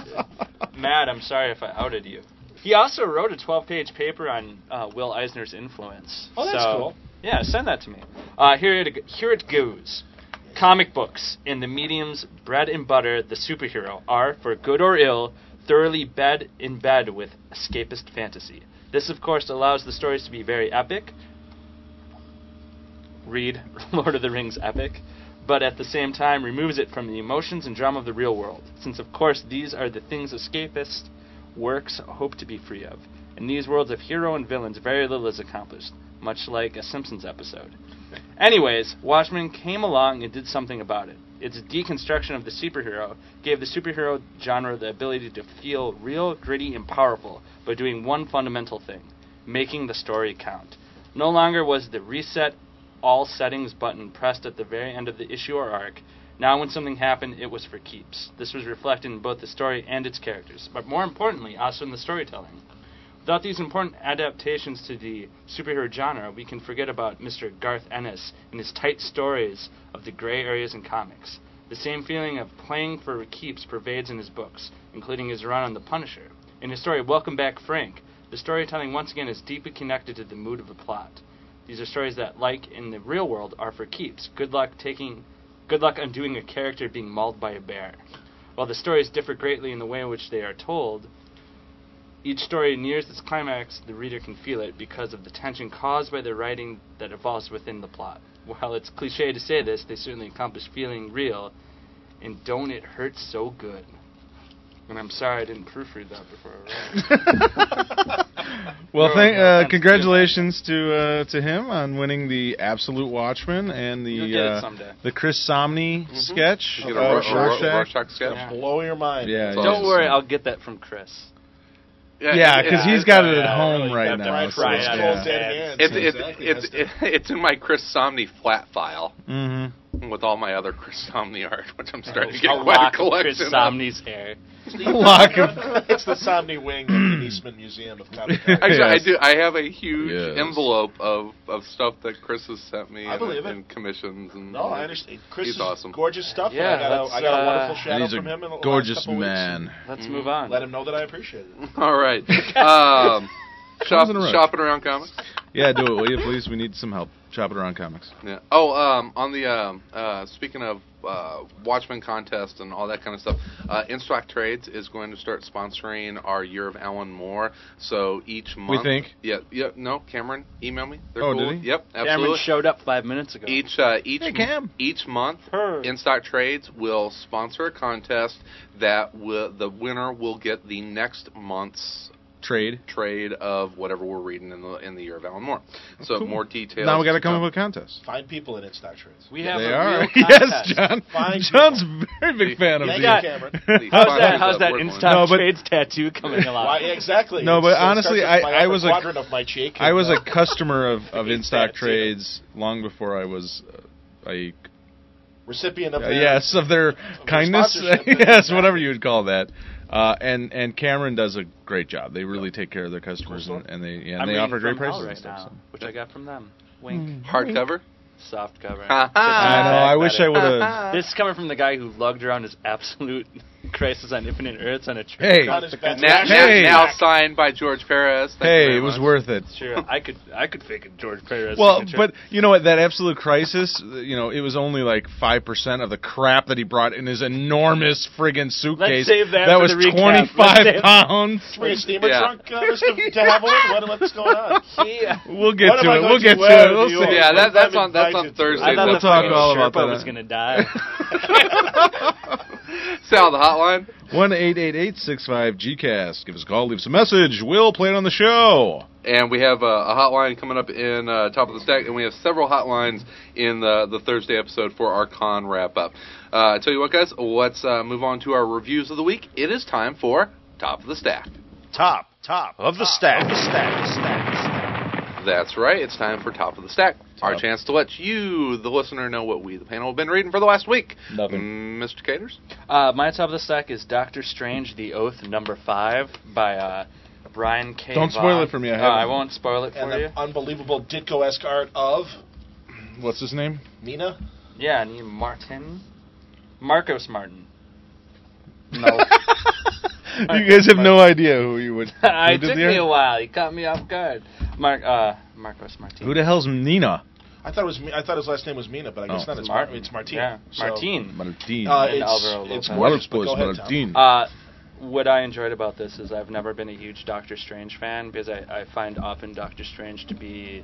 Matt, I'm sorry if I outed you. He also wrote a 12-page paper on uh, Will Eisner's influence. Oh, that's So- cool. Yeah, send that to me. Uh, here it here it goes. Comic books and the mediums bread and butter the superhero are, for good or ill, thoroughly bed in bed with escapist fantasy. This, of course, allows the stories to be very epic. Read [laughs] Lord of the Rings epic, but at the same time removes it from the emotions and drama of the real world, since, of course, these are the things escapist works hope to be free of. In these worlds of hero and villains, very little is accomplished, much like a Simpsons episode. Anyways, Watchmen came along and did something about it. Its deconstruction of the superhero gave the superhero genre the ability to feel real, gritty, and powerful by doing one fundamental thing making the story count. No longer was the reset all settings button pressed at the very end of the issue or arc. Now, when something happened, it was for keeps. This was reflected in both the story and its characters, but more importantly, also in the storytelling. Without these important adaptations to the superhero genre, we can forget about Mr. Garth Ennis and his tight stories of the gray areas in comics. The same feeling of playing for keeps pervades in his books, including his run on The Punisher. In his story Welcome Back Frank, the storytelling once again is deeply connected to the mood of the plot. These are stories that, like in the real world, are for keeps. Good luck taking, good luck undoing a character being mauled by a bear. While the stories differ greatly in the way in which they are told, each story nears its climax, the reader can feel it because of the tension caused by the writing that evolves within the plot. While it's cliche to say this, they certainly accomplish feeling real, and don't it hurt so good. And I'm sorry I didn't proofread that before. I wrote it. [laughs] Well, Bro, thank, no uh, offense to congratulations to uh, to him on winning the Absolute Watchman and You'll the get it uh, someday. Mm-hmm. the Chris Somni sketch. You get a of Ro- Ro- Rorschach. Rorschach sketch. Yeah. Blow your mind. Yeah, That's yeah. [laughs] Don't awesome. worry, I'll get that from Chris. yeah, it- because it- he's got it at yeah, home really, right that now. Brian so, Fry It's Yeah. cold yeah. dead hands. It's it's Exactly. it's, That's it's in my Chris Somni flat file Mhm. with all my other Chris Somni art, which I'm starting to get I'll quite lock a collection. Chris of. Somni's hair. [laughs] Lock him. the- it's the Somni Wing of [clears throat] the Eastman Museum of Comic [laughs] Con. Actually, Yes. I do. I have a huge Yes. envelope of, of stuff that Chris has sent me I and, believe it. and commissions and. No, I understand. Chris He's is awesome. gorgeous stuff. and Yeah, I got let's, a, I got a wonderful uh, shadow he's from him. a In the last gorgeous couple man. Let's move on. Weeks. Let him know that I appreciate it. [laughs] All right. [laughs] Um, shop, Comes in a rush. shopping around comics. Yeah, do it, will you, please? We need some help. Chop it around comics. Yeah. Oh, um, on the um, uh, speaking of uh, Watchmen contest and all that kind of stuff, uh, InStock Trades is going to start sponsoring our Year of Alan Moore. So each month, think. Yeah. Yeah. No, Cameron, email me. They're Oh, cool. did he? Yep. Cameron Absolutely. showed up five minutes ago. Each uh, each Hey, m- Cam. each month, Purr. In Stock Trades will sponsor a contest that will the winner will get the next month's Trade. trade of whatever we're reading in the in the year of Alan Moore. So Cool. more details. Now we got to to come up with a contest. Find people in Instock Trades. we have they a are. [laughs] real contest. [laughs] yes, John. Fine. John's a very big Thank fan of these. Thank you, [laughs] Cameron. These How's sponsors that? How's that we're going- Insta No, but- trades tattoo [laughs] coming along? Why exactly? No, but It's- it honestly, starts with I- my I upper was a- quadrant of my cheek. I and, was uh, a customer [laughs] of, of He's InStock fancy. Trades long before I was uh, a [laughs] recipient of uh, their- yes of their their kindness. sponsorship. [laughs] yes, whatever you would call that. Uh, and and Cameron does a great job. They really take care of their customers Cool and, and they yeah, and I'm they reading offer great From Hell prices and right stuff. Hmm. now, which I got from them. Hmm. Wink. [laughs] Hardcover. [laughs] Soft cover. Ha I know. ha. I wish I would [laughs] have. Ha ha. This is coming from the guy who lugged around his absolute [laughs] Crisis on Infinite Earths on a trip. Hey. across the country. Now, now- Hey. now signed by George Perez. Thank you Hey, very it was much. worth it. Sure, I could I could fake a George Perez. Well, signature. but you know what? That absolute crisis. uh, You know, it was only like five percent of the crap that he brought in his enormous friggin' suitcase. save that for was the recap. Let's twenty-five save- pounds. Were you steamer Yeah. drunk, uh, Mr. De Havilland? What, what's going on? [laughs] uh, We'll get What to am I it. going We'll to get to wear it. We'll to your- see. Yeah, that, What that's am I on that's on invited to? Thursday. I thought We'll the talk fucking all about Sherpa that. was gonna die. [laughs] Sal, the hotline. One eight eight eight six five GCast. Give us a call. Leave us a message. We'll play it on the show. and we have a, a hotline coming up in uh, top of the stack, and we have several hotlines in the the Thursday episode for our con wrap up. Uh, I tell you what, guys, let's uh, move on to our reviews of the week. It is time for top of the stack. Top, top of the stack. Of the stack, That's right, it's time for top of the stack. Our chance to let you, the listener, know what we, the panel, have been reading for the last week. Mm, Mr. Caters. Uh, my top of the stack is Doctor Strange: The Oath Number Five by uh, Brian K. Don't spoil it for me, I Uh, haven't. I won't spoil it for And you. the unbelievable Ditko-esque art of What's his [laughs] name? Nina. Yeah, I need Martin, [laughs] Marcos Martin. No, you guys have no idea who you would. [laughs] who I did took the me art? a while. You caught me off guard. Mark, uh, Marcos Martin. Who the hell's Nina? I thought it was. Mi- I thought his last name was Mina, but I guess Oh. not. It's, Mar- Martin. it's Martine. Yeah, So- Martin. Martin. Uh, And Alvaro it's it's Lopez. gorgeous, but go ahead, Tom. Uh, what I enjoyed about this is I've never been a huge Doctor Strange fan because I, I find often Doctor Strange to be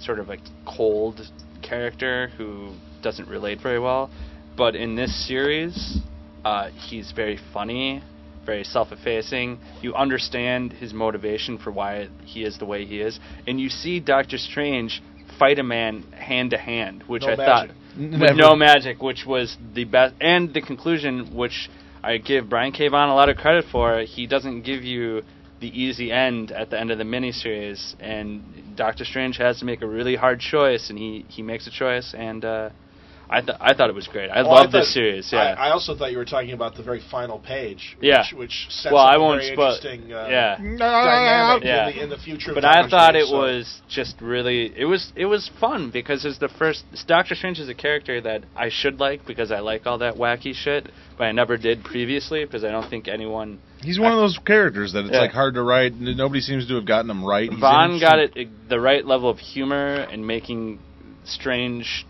sort of a cold character who doesn't relate very well. But in this series, uh, he's very funny, very self effacing. You understand his motivation for why he is the way he is. And you see Doctor Strange fight a man hand to hand, which No I magic. thought N- with never. no magic, which was the best, and the conclusion, which I give Brian K. Vaughan a lot of credit for. He doesn't give you the easy end at the end of the miniseries, and Doctor Strange has to make a really hard choice, and he he makes a choice, and uh, I th- I thought it was great. I Oh, love I this thought- series. I- Yeah. I, also thought you were talking about the very final page. Yeah. Which, which sets well, up I a won't very spoil. interesting. Uh, yeah. Dynamic Yeah. in, the, in the future. of But I Doctor thought Strange, it so- was just really it was it was fun because it's the first Doctor Strange is a character that I should like because I like all that wacky shit, but I never did previously because I don't think anyone [laughs] He's one of those characters that it's Yeah. like hard to write. N- Nobody seems to have gotten him right. He's Vaughn got interesting. it uh, the right level of humor and making strange.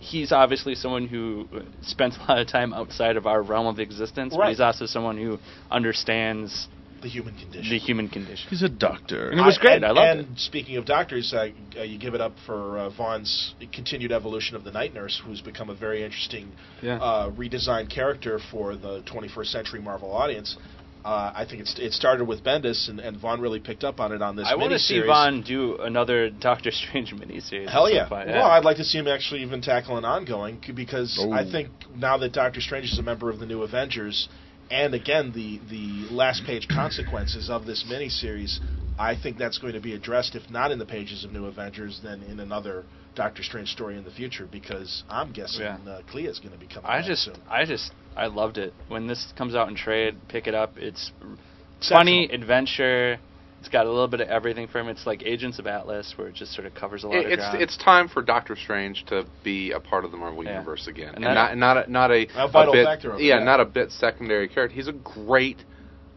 He's obviously someone who spends [laughs] a lot of time outside of our realm of existence, but Right. he's also someone who understands the human condition. the human condition. He's a doctor. And it was great. and, I loved and speaking of doctors, uh, uh, you give it up for uh, Vaughn's continued evolution of the night nurse, who's become a very interesting Yeah. uh, redesigned character for the 21st century Marvel audience. Uh, I think it's, it started with Bendis, and, and Vaughn really picked up on it on this. I want to see miniseries. Vaughn do another Doctor Strange miniseries. at Hell some yeah. point, Well, I'd like to see him actually even tackle an ongoing c- because I think now that Doctor Strange is a member of the New Avengers, and again the the last page consequences of this miniseries, I think that's going to be addressed if not in the pages of New Avengers, then in another Doctor Strange story in the future because I'm guessing Yeah. uh, Clea is going to be coming. I back just, soon. I just, I loved it. When this comes out in trade, pick it up. It's funny adventure. It's got a little bit of everything from it. It's like Agents of Atlas, where it just sort of covers a lot of It's ground. it's time for Doctor Strange to be a part of the Marvel Yeah. universe again, and, And that- not not a, not a, A vital bit, factor of it, yeah, yeah. not a bit secondary character. He's a great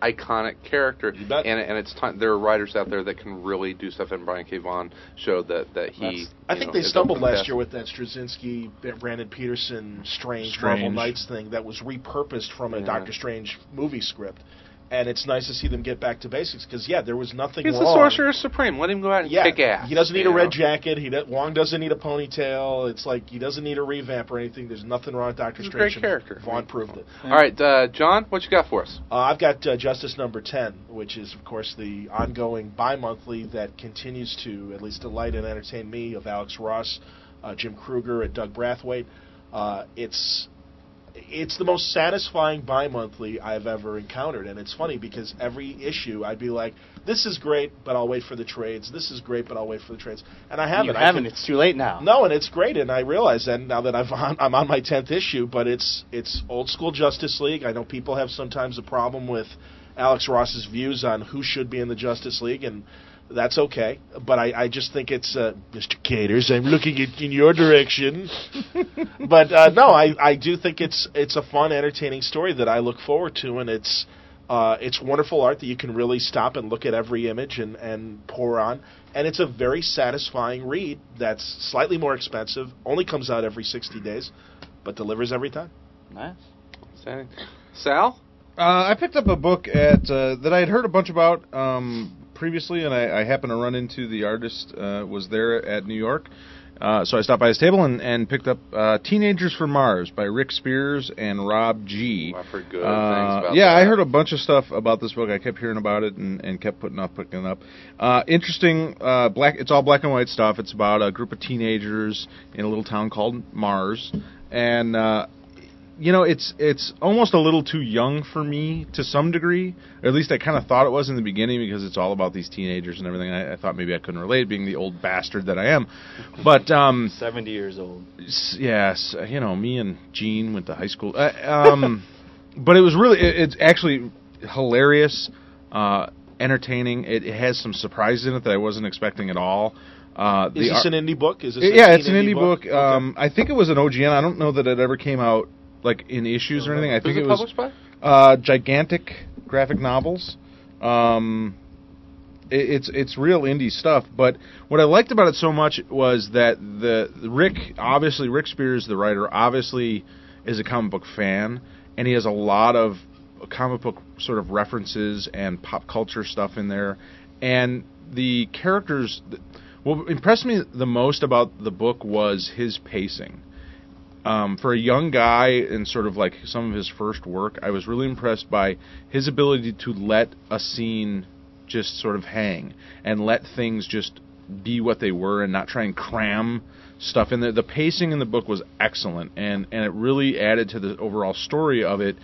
iconic character, You bet. and and it's time. There are writers out there that can really do stuff, and Brian K. Vaughan showed that that he. That's- I you think know, they is up stumbled for the last best. year with that Straczynski, Brandon Peterson, Strange, Marvel Strange. Knights thing that was repurposed from a Yeah. Doctor Strange movie script. And it's nice to see them get back to basics because yeah, there was nothing. He's wrong. the sorcerer supreme. Let him go out and Yeah, kick ass. he doesn't need you a red know? jacket. He do- Wong doesn't need a ponytail. It's like he doesn't need a revamp or anything. There's nothing wrong with Doctor He's a Strange. great and character. Vaughn proved it. All right, uh, John, what you got for us? Uh, I've got uh, Justice Number Ten, which is of course the ongoing bi-monthly that continues to at least delight and entertain me of Alex Ross, uh, Jim Kruger, and Doug Brathwaite. Uh, it's it's the most satisfying bi-monthly I've ever encountered, and it's funny because every issue I'd be like, "This is great, but I'll wait for the trades. This is great, but I'll wait for the trades." And I haven't. you I haven't. can- It's too late now. no, and it's great, and I realize that now that I've on, I'm on my tenth issue. But it's it's old school Justice League. I know people have sometimes a problem with Alex Ross's views on who should be in the Justice League, and That's okay, but I, I just think it's uh, Mr. Caters. I'm looking at, in your direction, but uh, no, I, I do think it's it's a fun, entertaining story that I look forward to, and it's uh, it's wonderful art that you can really stop and look at every image and, and pour on, and it's a very satisfying read. That's slightly more expensive, only comes out every sixty days, but delivers every time. Nice. Sal? Sal? Uh, I picked up a book at uh, that I had heard a bunch about um, previously, and I, I happened to run into the artist uh, was there at New York, uh, so I stopped by his table and, and picked up uh, "Teenagers from Mars" by Rick Spears and Rob G. I've heard good things Uh, about yeah, I that. heard a bunch of stuff about this book. I kept hearing about it and, and kept putting up, picking it up. Uh, interesting. Uh, black. It's all black and white stuff. It's about a group of teenagers in a little town called Mars, and uh, you know, it's it's almost a little too young for me to some degree. Or at least I kind of thought it was in the beginning because it's all about these teenagers and everything. I, I thought maybe I couldn't relate, being the old bastard that I am. But um, Seventy years old. s- yes, uh, you know, me and Gene went to high school. Uh, um, [laughs] but it was really, it, it's actually hilarious, uh, entertaining. It, it has some surprise in it that I wasn't expecting at all. Uh, Is the this ar- an indie book? Is this a yeah, it's an teen indie book. Okay. Um, I think it was an OGN. I don't know that it ever came out like in issues or anything. I Who's think it it was published by? uh, gigantic graphic novels. Um, it, it's it's real indie stuff. But what I liked about it so much was that the Rick obviously Rick Spears, the writer, obviously is a comic book fan, and he has a lot of comic book sort of references and pop culture stuff in there, and the characters. What impressed me the most about the book was his pacing um, for a young guy and sort of like some of his first work, I was really impressed by his ability to let a scene just sort of hang and let things just be what they were and not try and cram stuff in there. The pacing in the book was excellent and, and it really added to the overall story of it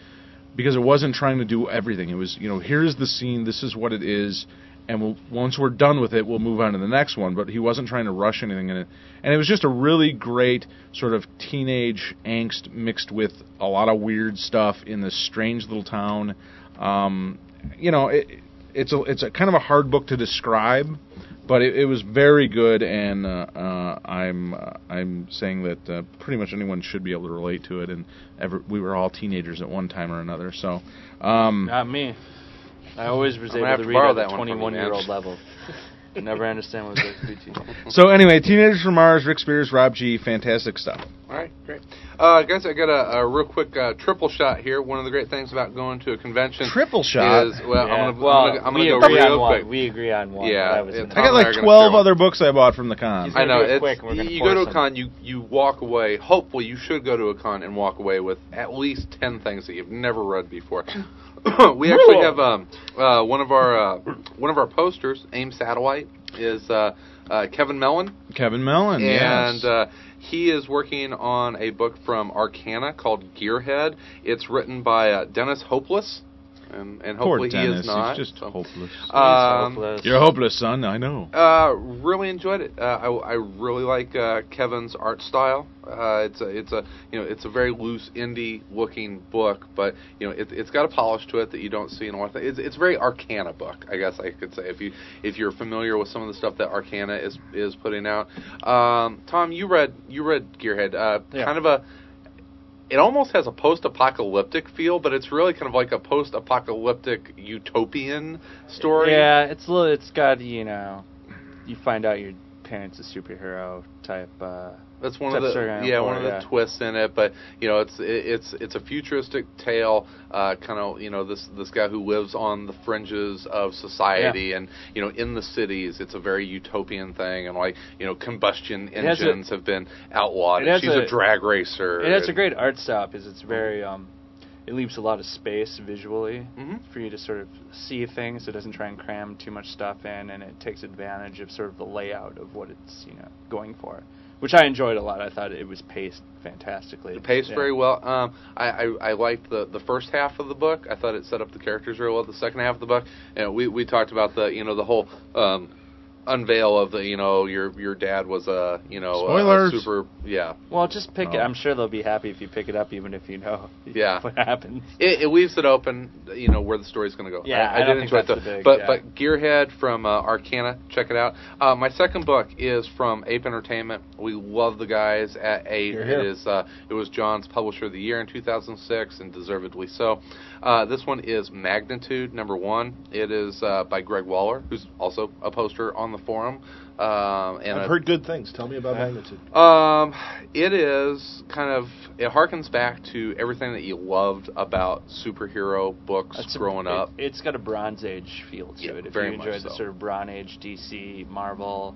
because it wasn't trying to do everything. It was, you know, here's the scene, this is what it is, and we'll, once we're done with it, we'll move on to the next one. But he wasn't trying to rush anything in it, and it was just a really great sort of teenage angst mixed with a lot of weird stuff in this strange little town. Um, you know, it, it's a it's a kind of a hard book to describe, but it, it was very good, and uh, uh, I'm uh, I'm saying that uh, pretty much anyone should be able to relate to it, and ever, we were all teenagers at one time or another. So, um, Not me. I always was I'm gonna able have to to read borrow at that the one from you, twenty-one year man. [laughs] old level. Never understand what it's like to be teenage. so anyway, teenagers from Mars, Rick Spears, Rob G, fantastic stuff. All right, great. Uh, guys, I got a, a real quick uh, triple shot here. One of the great things about going to a convention Triple shot. is well, Yeah. I'm gonna, well, I'm gonna, I'm we gonna go agree real on quick. One. We agree on one. Yeah, but I was it's in I the got like American twelve film. other books I bought from the con. He's I gonna know do it it's quick, and we're gonna you pour go to a some. con, you you walk away. Hopefully, you should go to a con and walk away with at least ten things that you've never read before. [coughs] we actually have um, uh, one of our uh, one of our posters, AIM Satellite, is uh, uh, Kevin Mellon, Kevin Mellon, and Oh, yes. uh, he is working on a book from Arcana called Gearhead. It's written by uh, Dennis Hopeless, and, and Poor hopefully he Dennis, is not. He's just so- hopeless. Um, hopeless. You're hopeless, son. I know. uh, really enjoyed it. Uh, I, I really like uh, Kevin's art style. Uh, it's a it's a you know it's a very loose indie looking book, but you know it, it's got a polish to it that you don't see in a lot of things. It's, it's a very Arcana book, I guess I could say if you if you're familiar with some of the stuff that Arcana is is putting out. Um, Tom, you read you read Gearhead, uh, Yeah. kind of a it almost has a post-apocalyptic feel, but it's really kind of like a post-apocalyptic utopian story. Yeah, it's a little. It's got you know, you find out your parents a superhero type. Uh, That's one That's of Sarah the Allen yeah Moore, one of the yeah. twists in it, but you know it's it, it's it's a futuristic tale, uh, kind of you know this this guy who lives on the fringes of society and you know in the cities it's a very utopian thing and like you know combustion It has a- engines have been outlawed. it and has she's a, a- drag racer. it has a and- great art style because it's very. Um, it leaves a lot of space visually Mhm. for you to sort of see things. It doesn't try and cram too much stuff in, and it takes advantage of sort of the layout of what it's you know going for, which I enjoyed a lot. I thought it was paced fantastically. It paced Yeah. very well. Um, I, I, I liked the, the first half of the book. I thought it set up the characters real well. The second half of the book, you know, we, we talked about the you know the whole um, unveil of the you know your your dad was a you know a Spoilers. super yeah Well, just pick it. Oh. I'm sure they'll be happy if you pick it up, even if you know [laughs] Yeah. what happens. it, it leaves it open, you know, where the story's going to go. Yeah, I, I did don't think enjoy it, that's though. the big- but yeah. but Gearhead from uh, Arcana, check it out. Uh, my second book is from Ape Entertainment. We love the guys at Ape. You're here. It is uh, it was John's Publisher of the Year in 2006, and deservedly so. Uh, this one is Magnitude number one. It is uh, by Greg Waller, who's also a poster on the forum. Um, and I've a- heard good things. Tell me about magnitude. um, it is kind of it harkens back to everything that you loved about superhero books That's a- growing up. it, has got a Bronze Age feel to Yeah, it. If very you much enjoyed the so. sort of Bronze Age DC Marvel,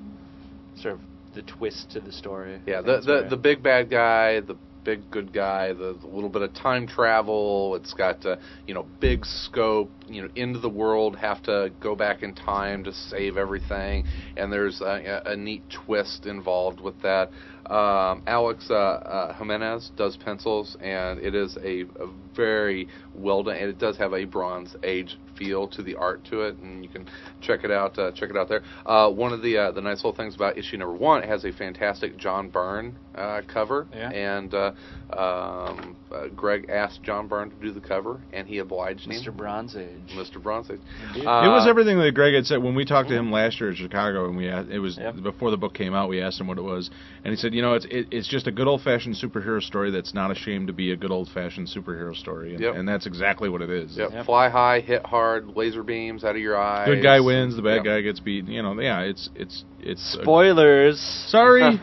sort of the twist to the story. I yeah, think the that's the, where- the big bad guy, the big good guy, the, the little bit of time travel. It's got uh, you know big scope. You know, into the world, have to go back in time to save everything, and there's a, a, a neat twist involved with that. Um, Alex uh, uh, Jimenez does pencils, and it is a, a very well done, and it does have a Bronze Age feel to the art to it, and you can check it out. Uh, check it out there. Uh, one of the uh, the nice little things about issue number one, it has a fantastic John Byrne uh, cover, Yeah. and uh, um, uh, Greg asked John Byrne to do the cover, and he obliged Mr. him. Bronze Age. Mr. Bronze Age. Indeed. Uh, it was everything that Greg had said when we talked to him last year in Chicago, and we a- it was Yep. before the book came out. We asked him what it was, and he said, "You know, it's it, it's just a good old fashioned superhero story that's not ashamed to be a good old fashioned superhero story, and, Yep. and that's exactly what it is. Yep. Yep. Fly high, hit hard, laser beams out of your eyes. Good guy wins, the bad Yep. guy gets beat. You know, yeah, it's it's it's a- Spoilers. [laughs] Sorry,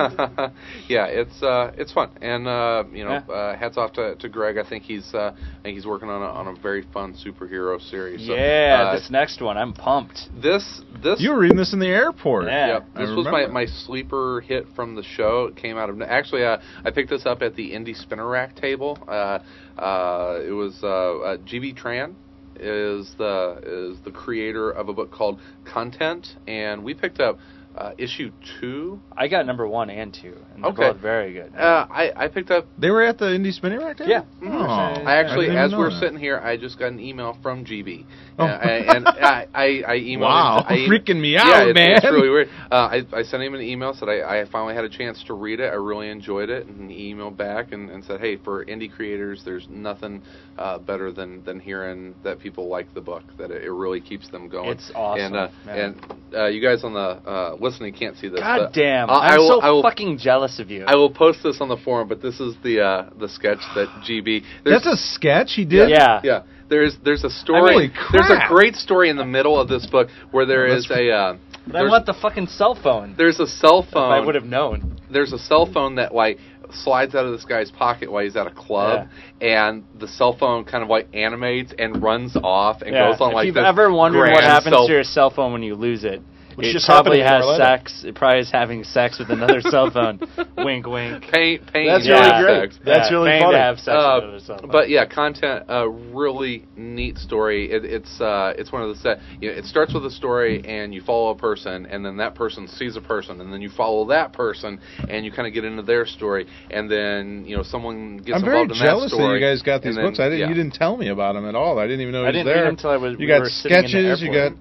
yeah, it's uh, it's fun, and uh, you know, Yeah. uh, hats off to, to Greg. I think he's uh, I think he's working on a, on a very fun superhero series. So, yeah, uh, this next one, I'm pumped. this this you were reading this in the airport. Yeah. Yep. I This was my, remember. my sleeper hit from the show. It came out of actually uh, I picked this up at the indie spinner rack table. Uh, uh, it was uh, uh, GB Tran is the is the creator of a book called Content, and we picked up uh, issue two. I got number one and two, and they're Okay. both very good. Uh, I I picked up They were at the Indie Spinning Rack. table? Yeah. Oh, I actually, didn't as know we're that. sitting here, I just got an email from GB, Oh. and, I, and I, I, I emailed. Wow, him, I, e- freaking me yeah, out, it's, man. It's really weird. Uh, I, I sent him an email said I, I finally had a chance to read it. I really enjoyed it, and he emailed back and, and said, "Hey, for indie creators, there's nothing uh, better than than hearing that people like the book. That it, it really keeps them going. It's awesome, And uh, man. and uh, you guys on the uh, listening can't see this. God but damn, I- I I'm will- so I will- fucking jealous of you. I will post this on the forum, but this is the uh, the sketch that [gasps] GB. there's- That's a sketch he did. Yeah. yeah. There's there's a Holy story. crap. There's a great story in the middle of this book where there Well, is a uh, but I there's, want the fucking cell phone. there's a cell If I would phone. have known. There's a cell phone that like slides out of this guy's pocket while he's at a club, and the cell phone kind of like animates and runs off and Yeah. goes on if like you've this ever wondered what grand happens cell- to your cell phone when you lose it, Which it just probably happened in has Carolina. sex. It probably is having sex with another cell phone. [laughs] wink, wink. pain pain That's yeah. really great. sex. That's Yeah, really fame funny. to have sex Uh, with another cell phone. but yeah, content. A really neat story. It, it's uh, it's one of the set. You know, it starts with a story, and you follow a person, and then that person sees a person, and then you follow that person, and you kind of get into their story, and then you know someone gets I'm very involved in jealous that that, story. you guys got and these then- books. I didn't. yeah. You didn't tell me about them at all. I didn't even know I he was didn't there. read them until I was. you we got were sitting in the sketches. You got airport.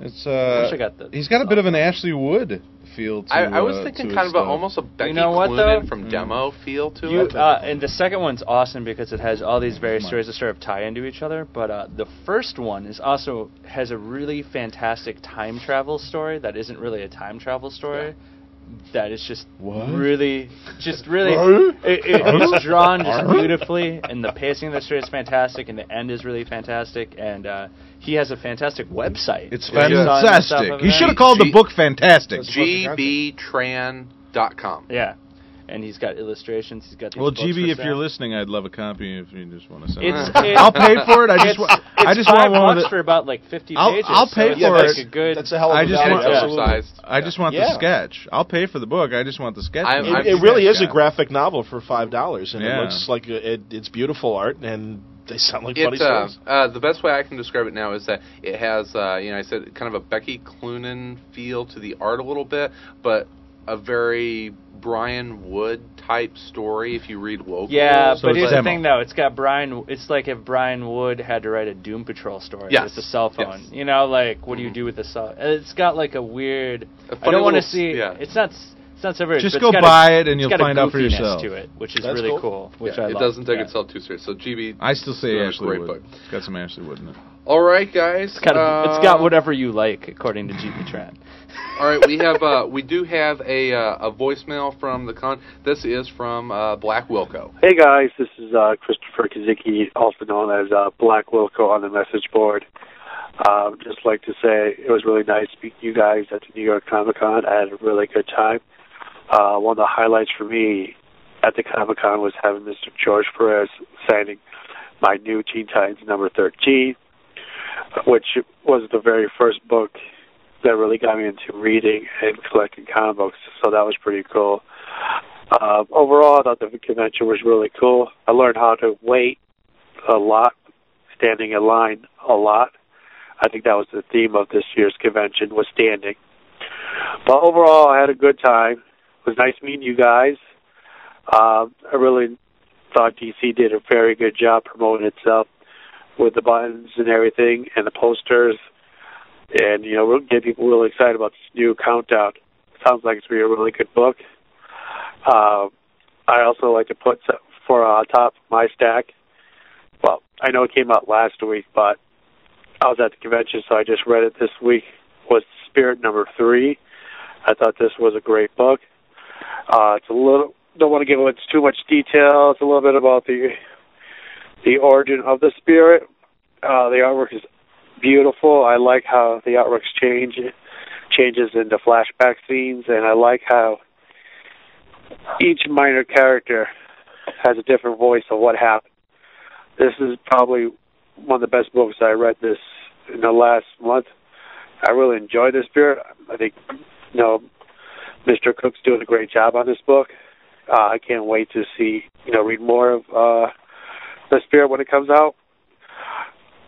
it's. I Uh, wish I got the- he's got a bit of an Ashley Wood feel to. I, I was uh, thinking to kind his of a, stuff. almost a Becky know what, Cloonan though? Mm. from Demo feel to You, it. uh, and the second one's awesome because it has all these various Come on. stories that sort of tie into each other. But uh, the first one is also has a really fantastic time travel story that isn't really a time travel story. That is just What? really, just really, Huh? it, it, it's drawn just beautifully, and the pacing of the story is fantastic, and the end is really fantastic, and uh, he has a fantastic website. It's Yeah, you saw the stuff fantastic. of He it. should have called the G- book fantastic. G- GBTran.com. Yeah, and he's got illustrations. He's got these Well, books GB, for if you're sale. listening, I'd love a copy if you just want to send It's- it. [laughs] it's- I'll pay for it. I just, It's- want, it's I just five want one bucks of for the. about like 50 I'll- pages. I'll so pay it's for it. like A good, That's a hell of a I just value. want- Absolutely. Oversized. I just want Yeah. the sketch. I'll pay for the book. I just want the sketch. I'm- and I'm- the It, it really sketch is a guy. graphic novel for five dollars, and Yeah. it looks like a- it, it's beautiful art, and they sound like funny It's uh, stories. uh, the best way I can describe it now is that it has, uh, you know, I said kind of a Becky Cloonan feel to the art a little bit, but a very Brian Wood type story if you read local. Yeah, So but it's here's demo. the thing, though. It's got Brian. It's like if Brian Wood had to write a Doom Patrol story Yes, with a cell phone. yes. You know, like what do you Mhm. do with a cell? and It's got like a weird. A I funny don't want to little- see. yeah. It's not. s- It's not so very. Just but go it's got buy a, it and it's you'll got a find out for goofiness yourself. to it, which is That's really cool. cool. Which Yeah, I it love. doesn't take Yeah. itself too serious. So GB, I still say That's a Ashley great Wood. book. It's got some Ashley Wood in it. all right, guys. It's got. A, it's uh, got whatever you like, according to GB Tran. All right, we have uh, we do have a uh, a voicemail from the con. This is from uh, Black Wilco. Hey guys, this is uh, Christopher Kazicki, also known as uh, Black Wilco on the message board. Um, just like to say it was really nice meeting you guys at the New York Comic Con. I had a really good time. Uh, one of the highlights for me at the Comic Con was having Mr. George Perez signing my new Teen Titans number 13, which was the very first book that really got me into reading and collecting comic books. So that was pretty cool. Uh, overall, I thought the convention was really cool. I learned how to wait a lot, standing in line a lot. I think that was the theme of this year's convention was standing. But overall, I had a good time. It was nice meeting you guys. Um, I really thought DC did a very good job promoting itself with the buttons and everything and the posters, and you know, we'll get people really excited about this new countdown. Sounds like it's gonna be a really good book. Uh, I also like to put some for uh, on top of my stack. Well, I know it came out last week, but I was at the convention, so I just read it this week. Was Spirit number three? I thought this was a great book. Uh, it's a little don't want to give it too much detail. It's a little bit about the the origin of the spirit. Uh, the artwork is beautiful. I like how the artworks change changes into flashback scenes, and I like how each minor character has a different voice of what happened. This is probably one of the best books I read this in the last month. I really enjoyed this spirit. I think you know Mr. Cook's doing a great job on this book. Uh, I can't wait to see you know read more of uh, the spirit when it comes out.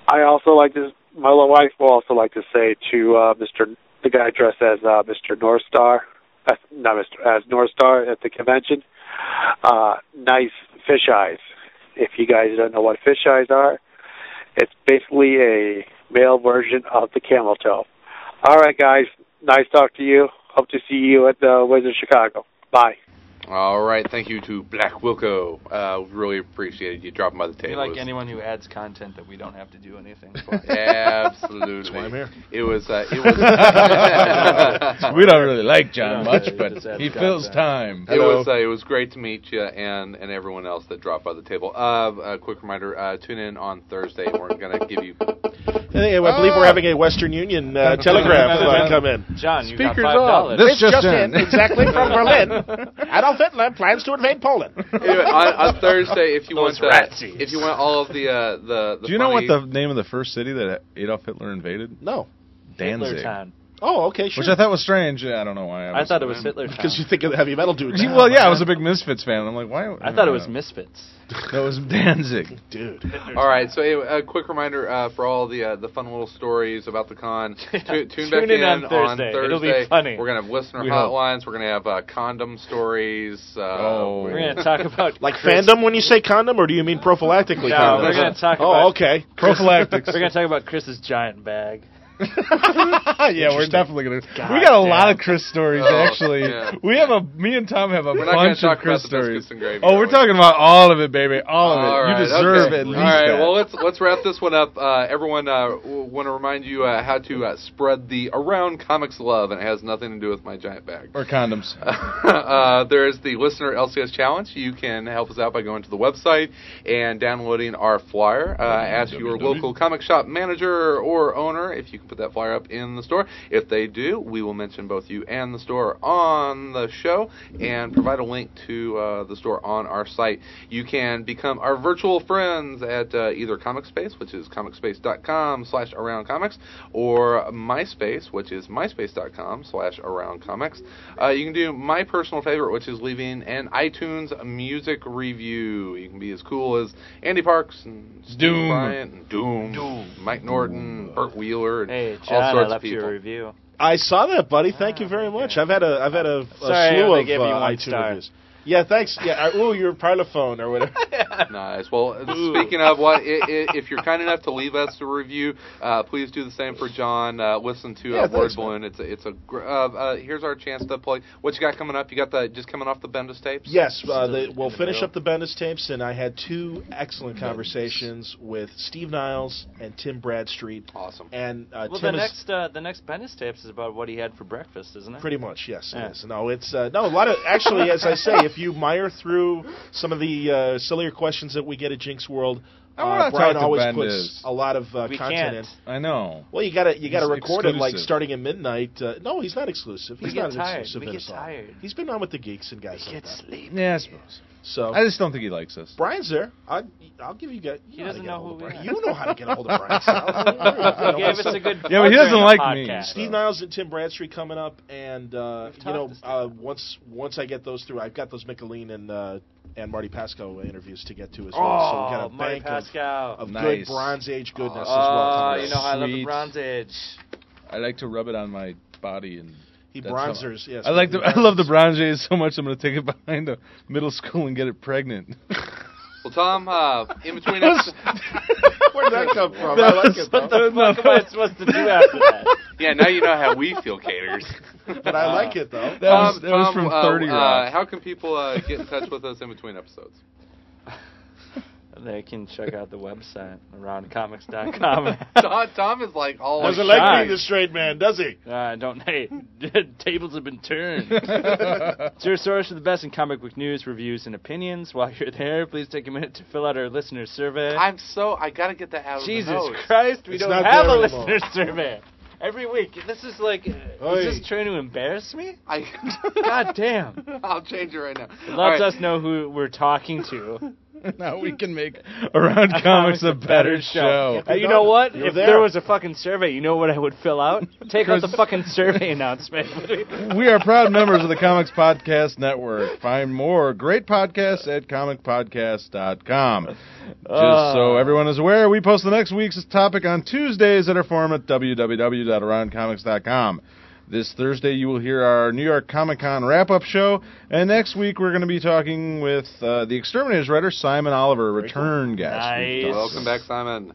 I also like to. My little wife will also like to say to uh, Mr. the guy dressed as uh, Mr. North Star, uh, not Mr. as North Star at the convention. Uh, nice fish eyes. If you guys don't know what fish eyes are, it's basically a male version of the camel toe. All right, guys. Nice talk to you. Hope to see you at the Wizard of Chicago. Bye. All right, thank you to Black Wilco. Uh, really appreciated you dropping by the table. We It like was- anyone who adds content that we don't have to do anything [laughs] for. Absolutely. That's why I'm here. It was. Uh, it was. [laughs] we don't really like John We don't much, really but deserve he John fills back. time. It was uh, it was great to meet you and, and everyone else that dropped by the table. Uh, a quick reminder: uh, tune in on Thursday. We're gonna [laughs] give you Hey, Uh, I believe Ah. we're having a Western Union uh, telegram uh, come in. John, you got Speakers five on. dollars. This just, in. exactly [laughs] from Berlin. Adolf Hitler plans to invade Poland. anyway, on, on Thursday if you want Those the, ratsies. if you want all of the uh, the, the Do you know what funny- the name of the first city that Adolf Hitler invaded? No. Danzig, Hitler time. Oh, okay, sure. which I thought was strange. I don't know why. [laughs] I thought it was [laughs] Hitler time. because you think of the heavy metal dudes. Yeah, well, yeah, I was a big Misfits fan. I'm like, why? I thought it was Misfits. That was [laughs] Danzig. [laughs] dude. All right, so anyway, a quick reminder uh, for all the uh, the fun little stories about the [laughs] con. Tu- tune, Tune back in on on Thursday. Thursday. It'll be funny. We're gonna have listener We hope. hotlines. We're gonna have uh, condom stories. Uh, Oh. We're gonna [laughs] [laughs] talk about Like Chris- fandom when you say condom, or do you mean prophylactically No, condom? we're gonna talk Oh, about- okay. [laughs] Prophylactics. We're gonna talk about Chris's giant bag. yeah, we're Interesting. definitely gonna. we got a lot of Chris stories Oh, actually. yeah. We have a me and Tom have a We're not gonna bunch talk of about Chris the stories. biscuits and gravy, oh, are we're we? talking about all of it, baby. All of it. All right, you deserve okay. at least All right, that. well let's let's wrap this one up. Uh, everyone, uh, want to remind you uh, how to uh, spread the around comics love, and it has nothing to do with my giant bag. or condoms. uh, there is the listener LCS challenge. You can help us out by going to the website and downloading our flyer. Uh, ask your local comic shop manager or owner if you can put that flyer up in the store. If they do, we will mention both you and the store on the show and provide a link to uh, the store on our site. You can become our virtual friends at uh, either Comic Space, which is comicspace.com slash around comics, or MySpace, which is myspace.com slash around comics. Uh, you can do my personal favorite, which is leaving an iTunes music review. You can be as cool as Andy Parks and Steve Doom. Bryant and Doom, Mike Norton, Burt Wheeler, and Hey, all John, sorts I left of people. you a review. I saw that, buddy. Thank you very much. I've had a I've had a, a Sorry, I slew only of gave you uh, one iTunes star. reviews. Yeah, thanks. Yeah, I, ooh, you're parlophone or whatever. Nice. Well, speaking of what, i- i- if you're kind enough to leave us a review, uh, please do the same for John. Uh, listen to Yeah, uh, Word thanks, man. Balloon. It's a, it's a gr- uh, uh, here's our chance to play. What you got coming up? You got the just coming off the Bendis tapes. Yes, uh, Still the, in we'll the finish middle. up the Bendis tapes, and I had two excellent conversations with Steve Niles and Tim Bradstreet. Awesome. And uh, Well, the Tim is next uh, the next Bendis tapes is about what he had for breakfast, isn't it? pretty much yes. Yeah. It is. No, it's uh, no a lot of actually, as I say, if you mire through some of the uh, sillier questions that we get at Jinx World, I wanna uh, talk Brian to always Bendis. puts a lot of uh, we content in. can't. I know. Well, you gotta you gotta He's record it like exclusive. starting at midnight. Uh, no, he's not exclusive. We He's get not an tired. exclusive. We in get us all. tired. He's been on with the geeks and guys like Get that. sleep. Yeah, I suppose. So I just don't think he likes us. Brian's there. I, I'll give you guys. You He know how doesn't to get know a hold of who we Brian. are. You know how to get a hold of [laughs] Brian. Sal. He gave us a good. [laughs] Yeah, but he doesn't plug during the like me. podcast. Steve Steve Niles and Tim Bradstreet coming up, and uh, We've you know, talked to Steve. uh, once once I get those through, I've got those Micheline and uh, and Marty Pasco interviews to get to as well. so Oh, we've got a Marty bank Pascal. of, of Nice. good Bronze Age goodness as well. oh, coming you up. know how I love the Sweet. Bronze Age. [laughs] I like to rub it on my body and. he that's how- bronzers. Yes, I like he the I love the bronzes. Bronze Jays so much I'm gonna take it behind a middle school and get it [laughs] pregnant. Well, Tom, uh, [laughs] in between us, Where did that come from? I That like was it something- though. What am I supposed to do [laughs] after that? yeah, now you know how we [laughs] feel, caters. But I like it though. Um, That was, Tom, that was Tom, from uh, 30 uh, Rock. How can people uh, get in touch with us in [laughs] between episodes? They can check out the website [laughs] aroundcomics.com. Tom, Tom is like all Doesn't Doesn't like like shy. being the straight man, does he? I Uh, don't. [laughs] Hey, tables have been turned. It's your source for the best in comic book news, reviews, and opinions. While you're there, please take a minute to fill out our listener survey. I'm so I gotta get that out Jesus of the nose. Christ, we It's don't not have there a anymore. listener survey every week. This is like, uh, Oy. is this trying to embarrass me? I, God damn! It [laughs] I'll change it right now. All lets right. us know who we're talking to. now we can make [laughs] Around Comics a better show. Hey, Uh, you know what? You're if there. there. was a fucking survey, you know what I would fill out? Take out the fucking survey announcement. [laughs] We are proud members of the Comics Podcast Network. Find more great podcasts at comicpodcast.com. Just Uh. so everyone is aware, we post the next week's topic on Tuesdays at our forum at www.aroundcomics.com. This Thursday, you will hear our New York Comic Con wrap up show. And next week, we're going to be talking with uh, the Exterminators writer, Simon Oliver, return guest. Nice. Welcome back, Simon.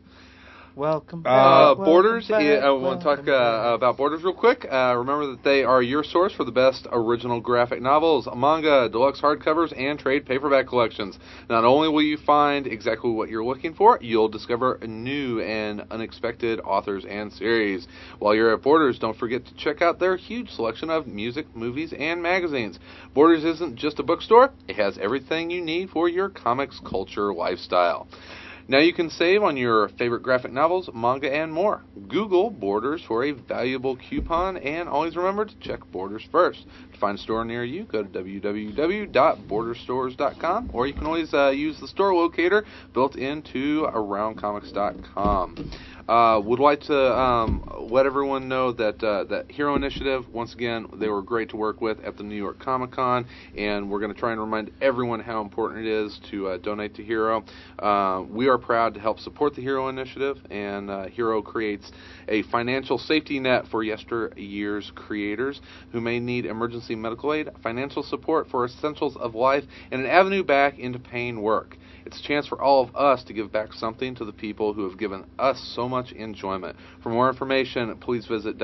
Welcome. back, Uh, welcome Borders. back, yeah, I want to talk welcome uh, about Borders real quick. Uh, remember that they are your source for the best original graphic novels, manga, deluxe hardcovers, and trade paperback collections. Not only will you find exactly what you're looking for, you'll discover new and unexpected authors and series. While you're at Borders, don't forget to check out their huge selection of music, movies, and magazines. Borders isn't just a bookstore; it has everything you need for your comics culture lifestyle. Now you can save on your favorite graphic novels, manga, and more. Google Borders for a valuable coupon, and always remember to check Borders first. To find a store near you, go to www.borderstores.com, or you can always uh, use the store locator built into aroundcomics.com. Uh, would like to um, let everyone know that uh, that Hero Initiative once again they were great to work with at the New York Comic Con, and we're going to try and remind everyone how important it is to uh, donate to Hero. Uh, we are proud to help support the Hero Initiative, and uh, Hero creates a financial safety net for yesteryear's creators who may need emergency medical aid, financial support for essentials of life, and an avenue back into paying work. It's a chance for all of us to give back something to the people who have given us so much enjoyment. For more information, please visit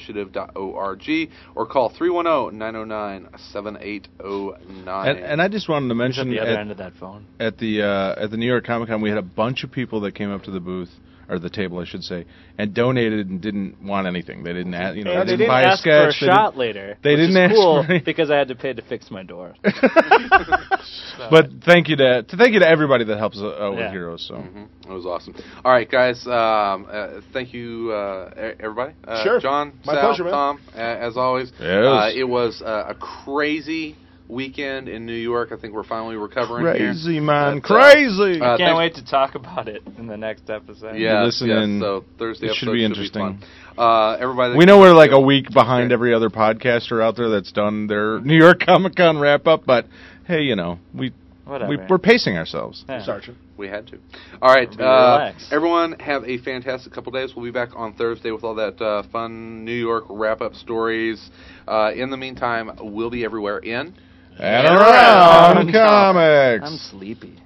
www.heroinitiative.org or call 310-909-7809. And, and I just wanted to Who's at mention the other at- end of that phone? at the uh, at the New York Comic Con, we had a bunch of people that came up to the booth or the table, I should say, and donated and didn't want anything. They didn't, ask, you know, And they they didn't, buy didn't ask a sketch. for they a didn't- shot later. they which didn't is ask cool for any- because I had to pay to fix my door. but thank you to, to thank you to everybody that helps uh, uh, with Yeah. Heroes. So Mhm. That was awesome. All right, guys. Um, uh, thank you, uh, e- everybody. Uh, Sure. John, My Sal, pleasure, man. Tom, a- as always. Yes. Uh, it was uh, a crazy weekend in New York. I think we're finally recovering here. crazy man, But, uh, crazy. uh, Can't thanks- wait to talk about it in the next episode. Yeah, listen yes, in. So Thursday It episode should be interesting. fun. Uh, everybody, that we know comes we're to like the a show- week behind every other [laughs] podcaster out there that's done their New York Comic Con wrap up, but hey, you know we Whatever. We, we're pacing ourselves. Yeah. Sergeant. We had to. All right. Everybody Uh, relax. everyone have a fantastic couple days. We'll be back on Thursday with all that uh, fun New York wrap up stories. Uh, in the meantime, we'll be everywhere in. And around I'm- comics. I'm sleepy.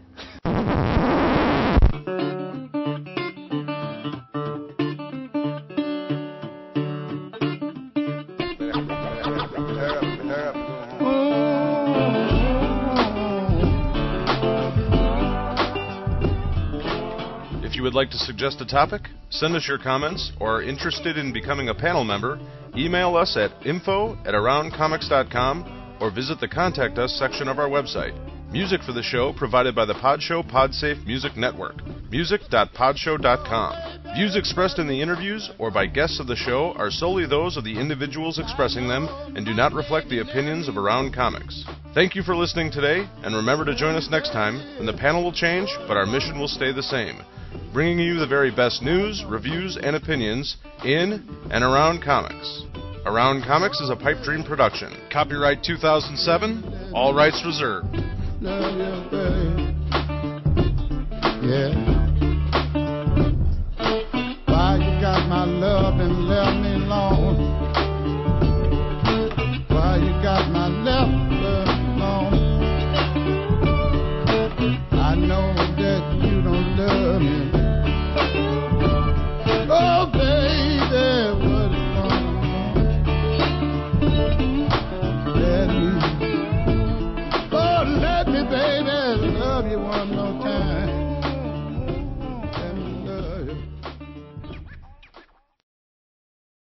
If you would like to suggest a topic, send us your comments, or are interested in becoming a panel member, email us at info at aroundcomics.com or visit the Contact Us section of our website. Music for the show provided by the Podshow Podsafe Music Network. Music.podshow.com. Views expressed in the interviews or by guests of the show are solely those of the individuals expressing them and do not reflect the opinions of Around Comics. Thank you for listening today, and remember to join us next time when the panel will change, but our mission will stay the same bringing you the very best news, reviews, and opinions in and around comics. Around Comics is a Pipe Dream production. Copyright 2007, all rights reserved. Love you, babe. Yeah. Why you got my love and left me alone? Why you got my left love alone? I know that you don't love me. Oh, baby, what is wrong? Let me Oh, let me, baby, love you one more time.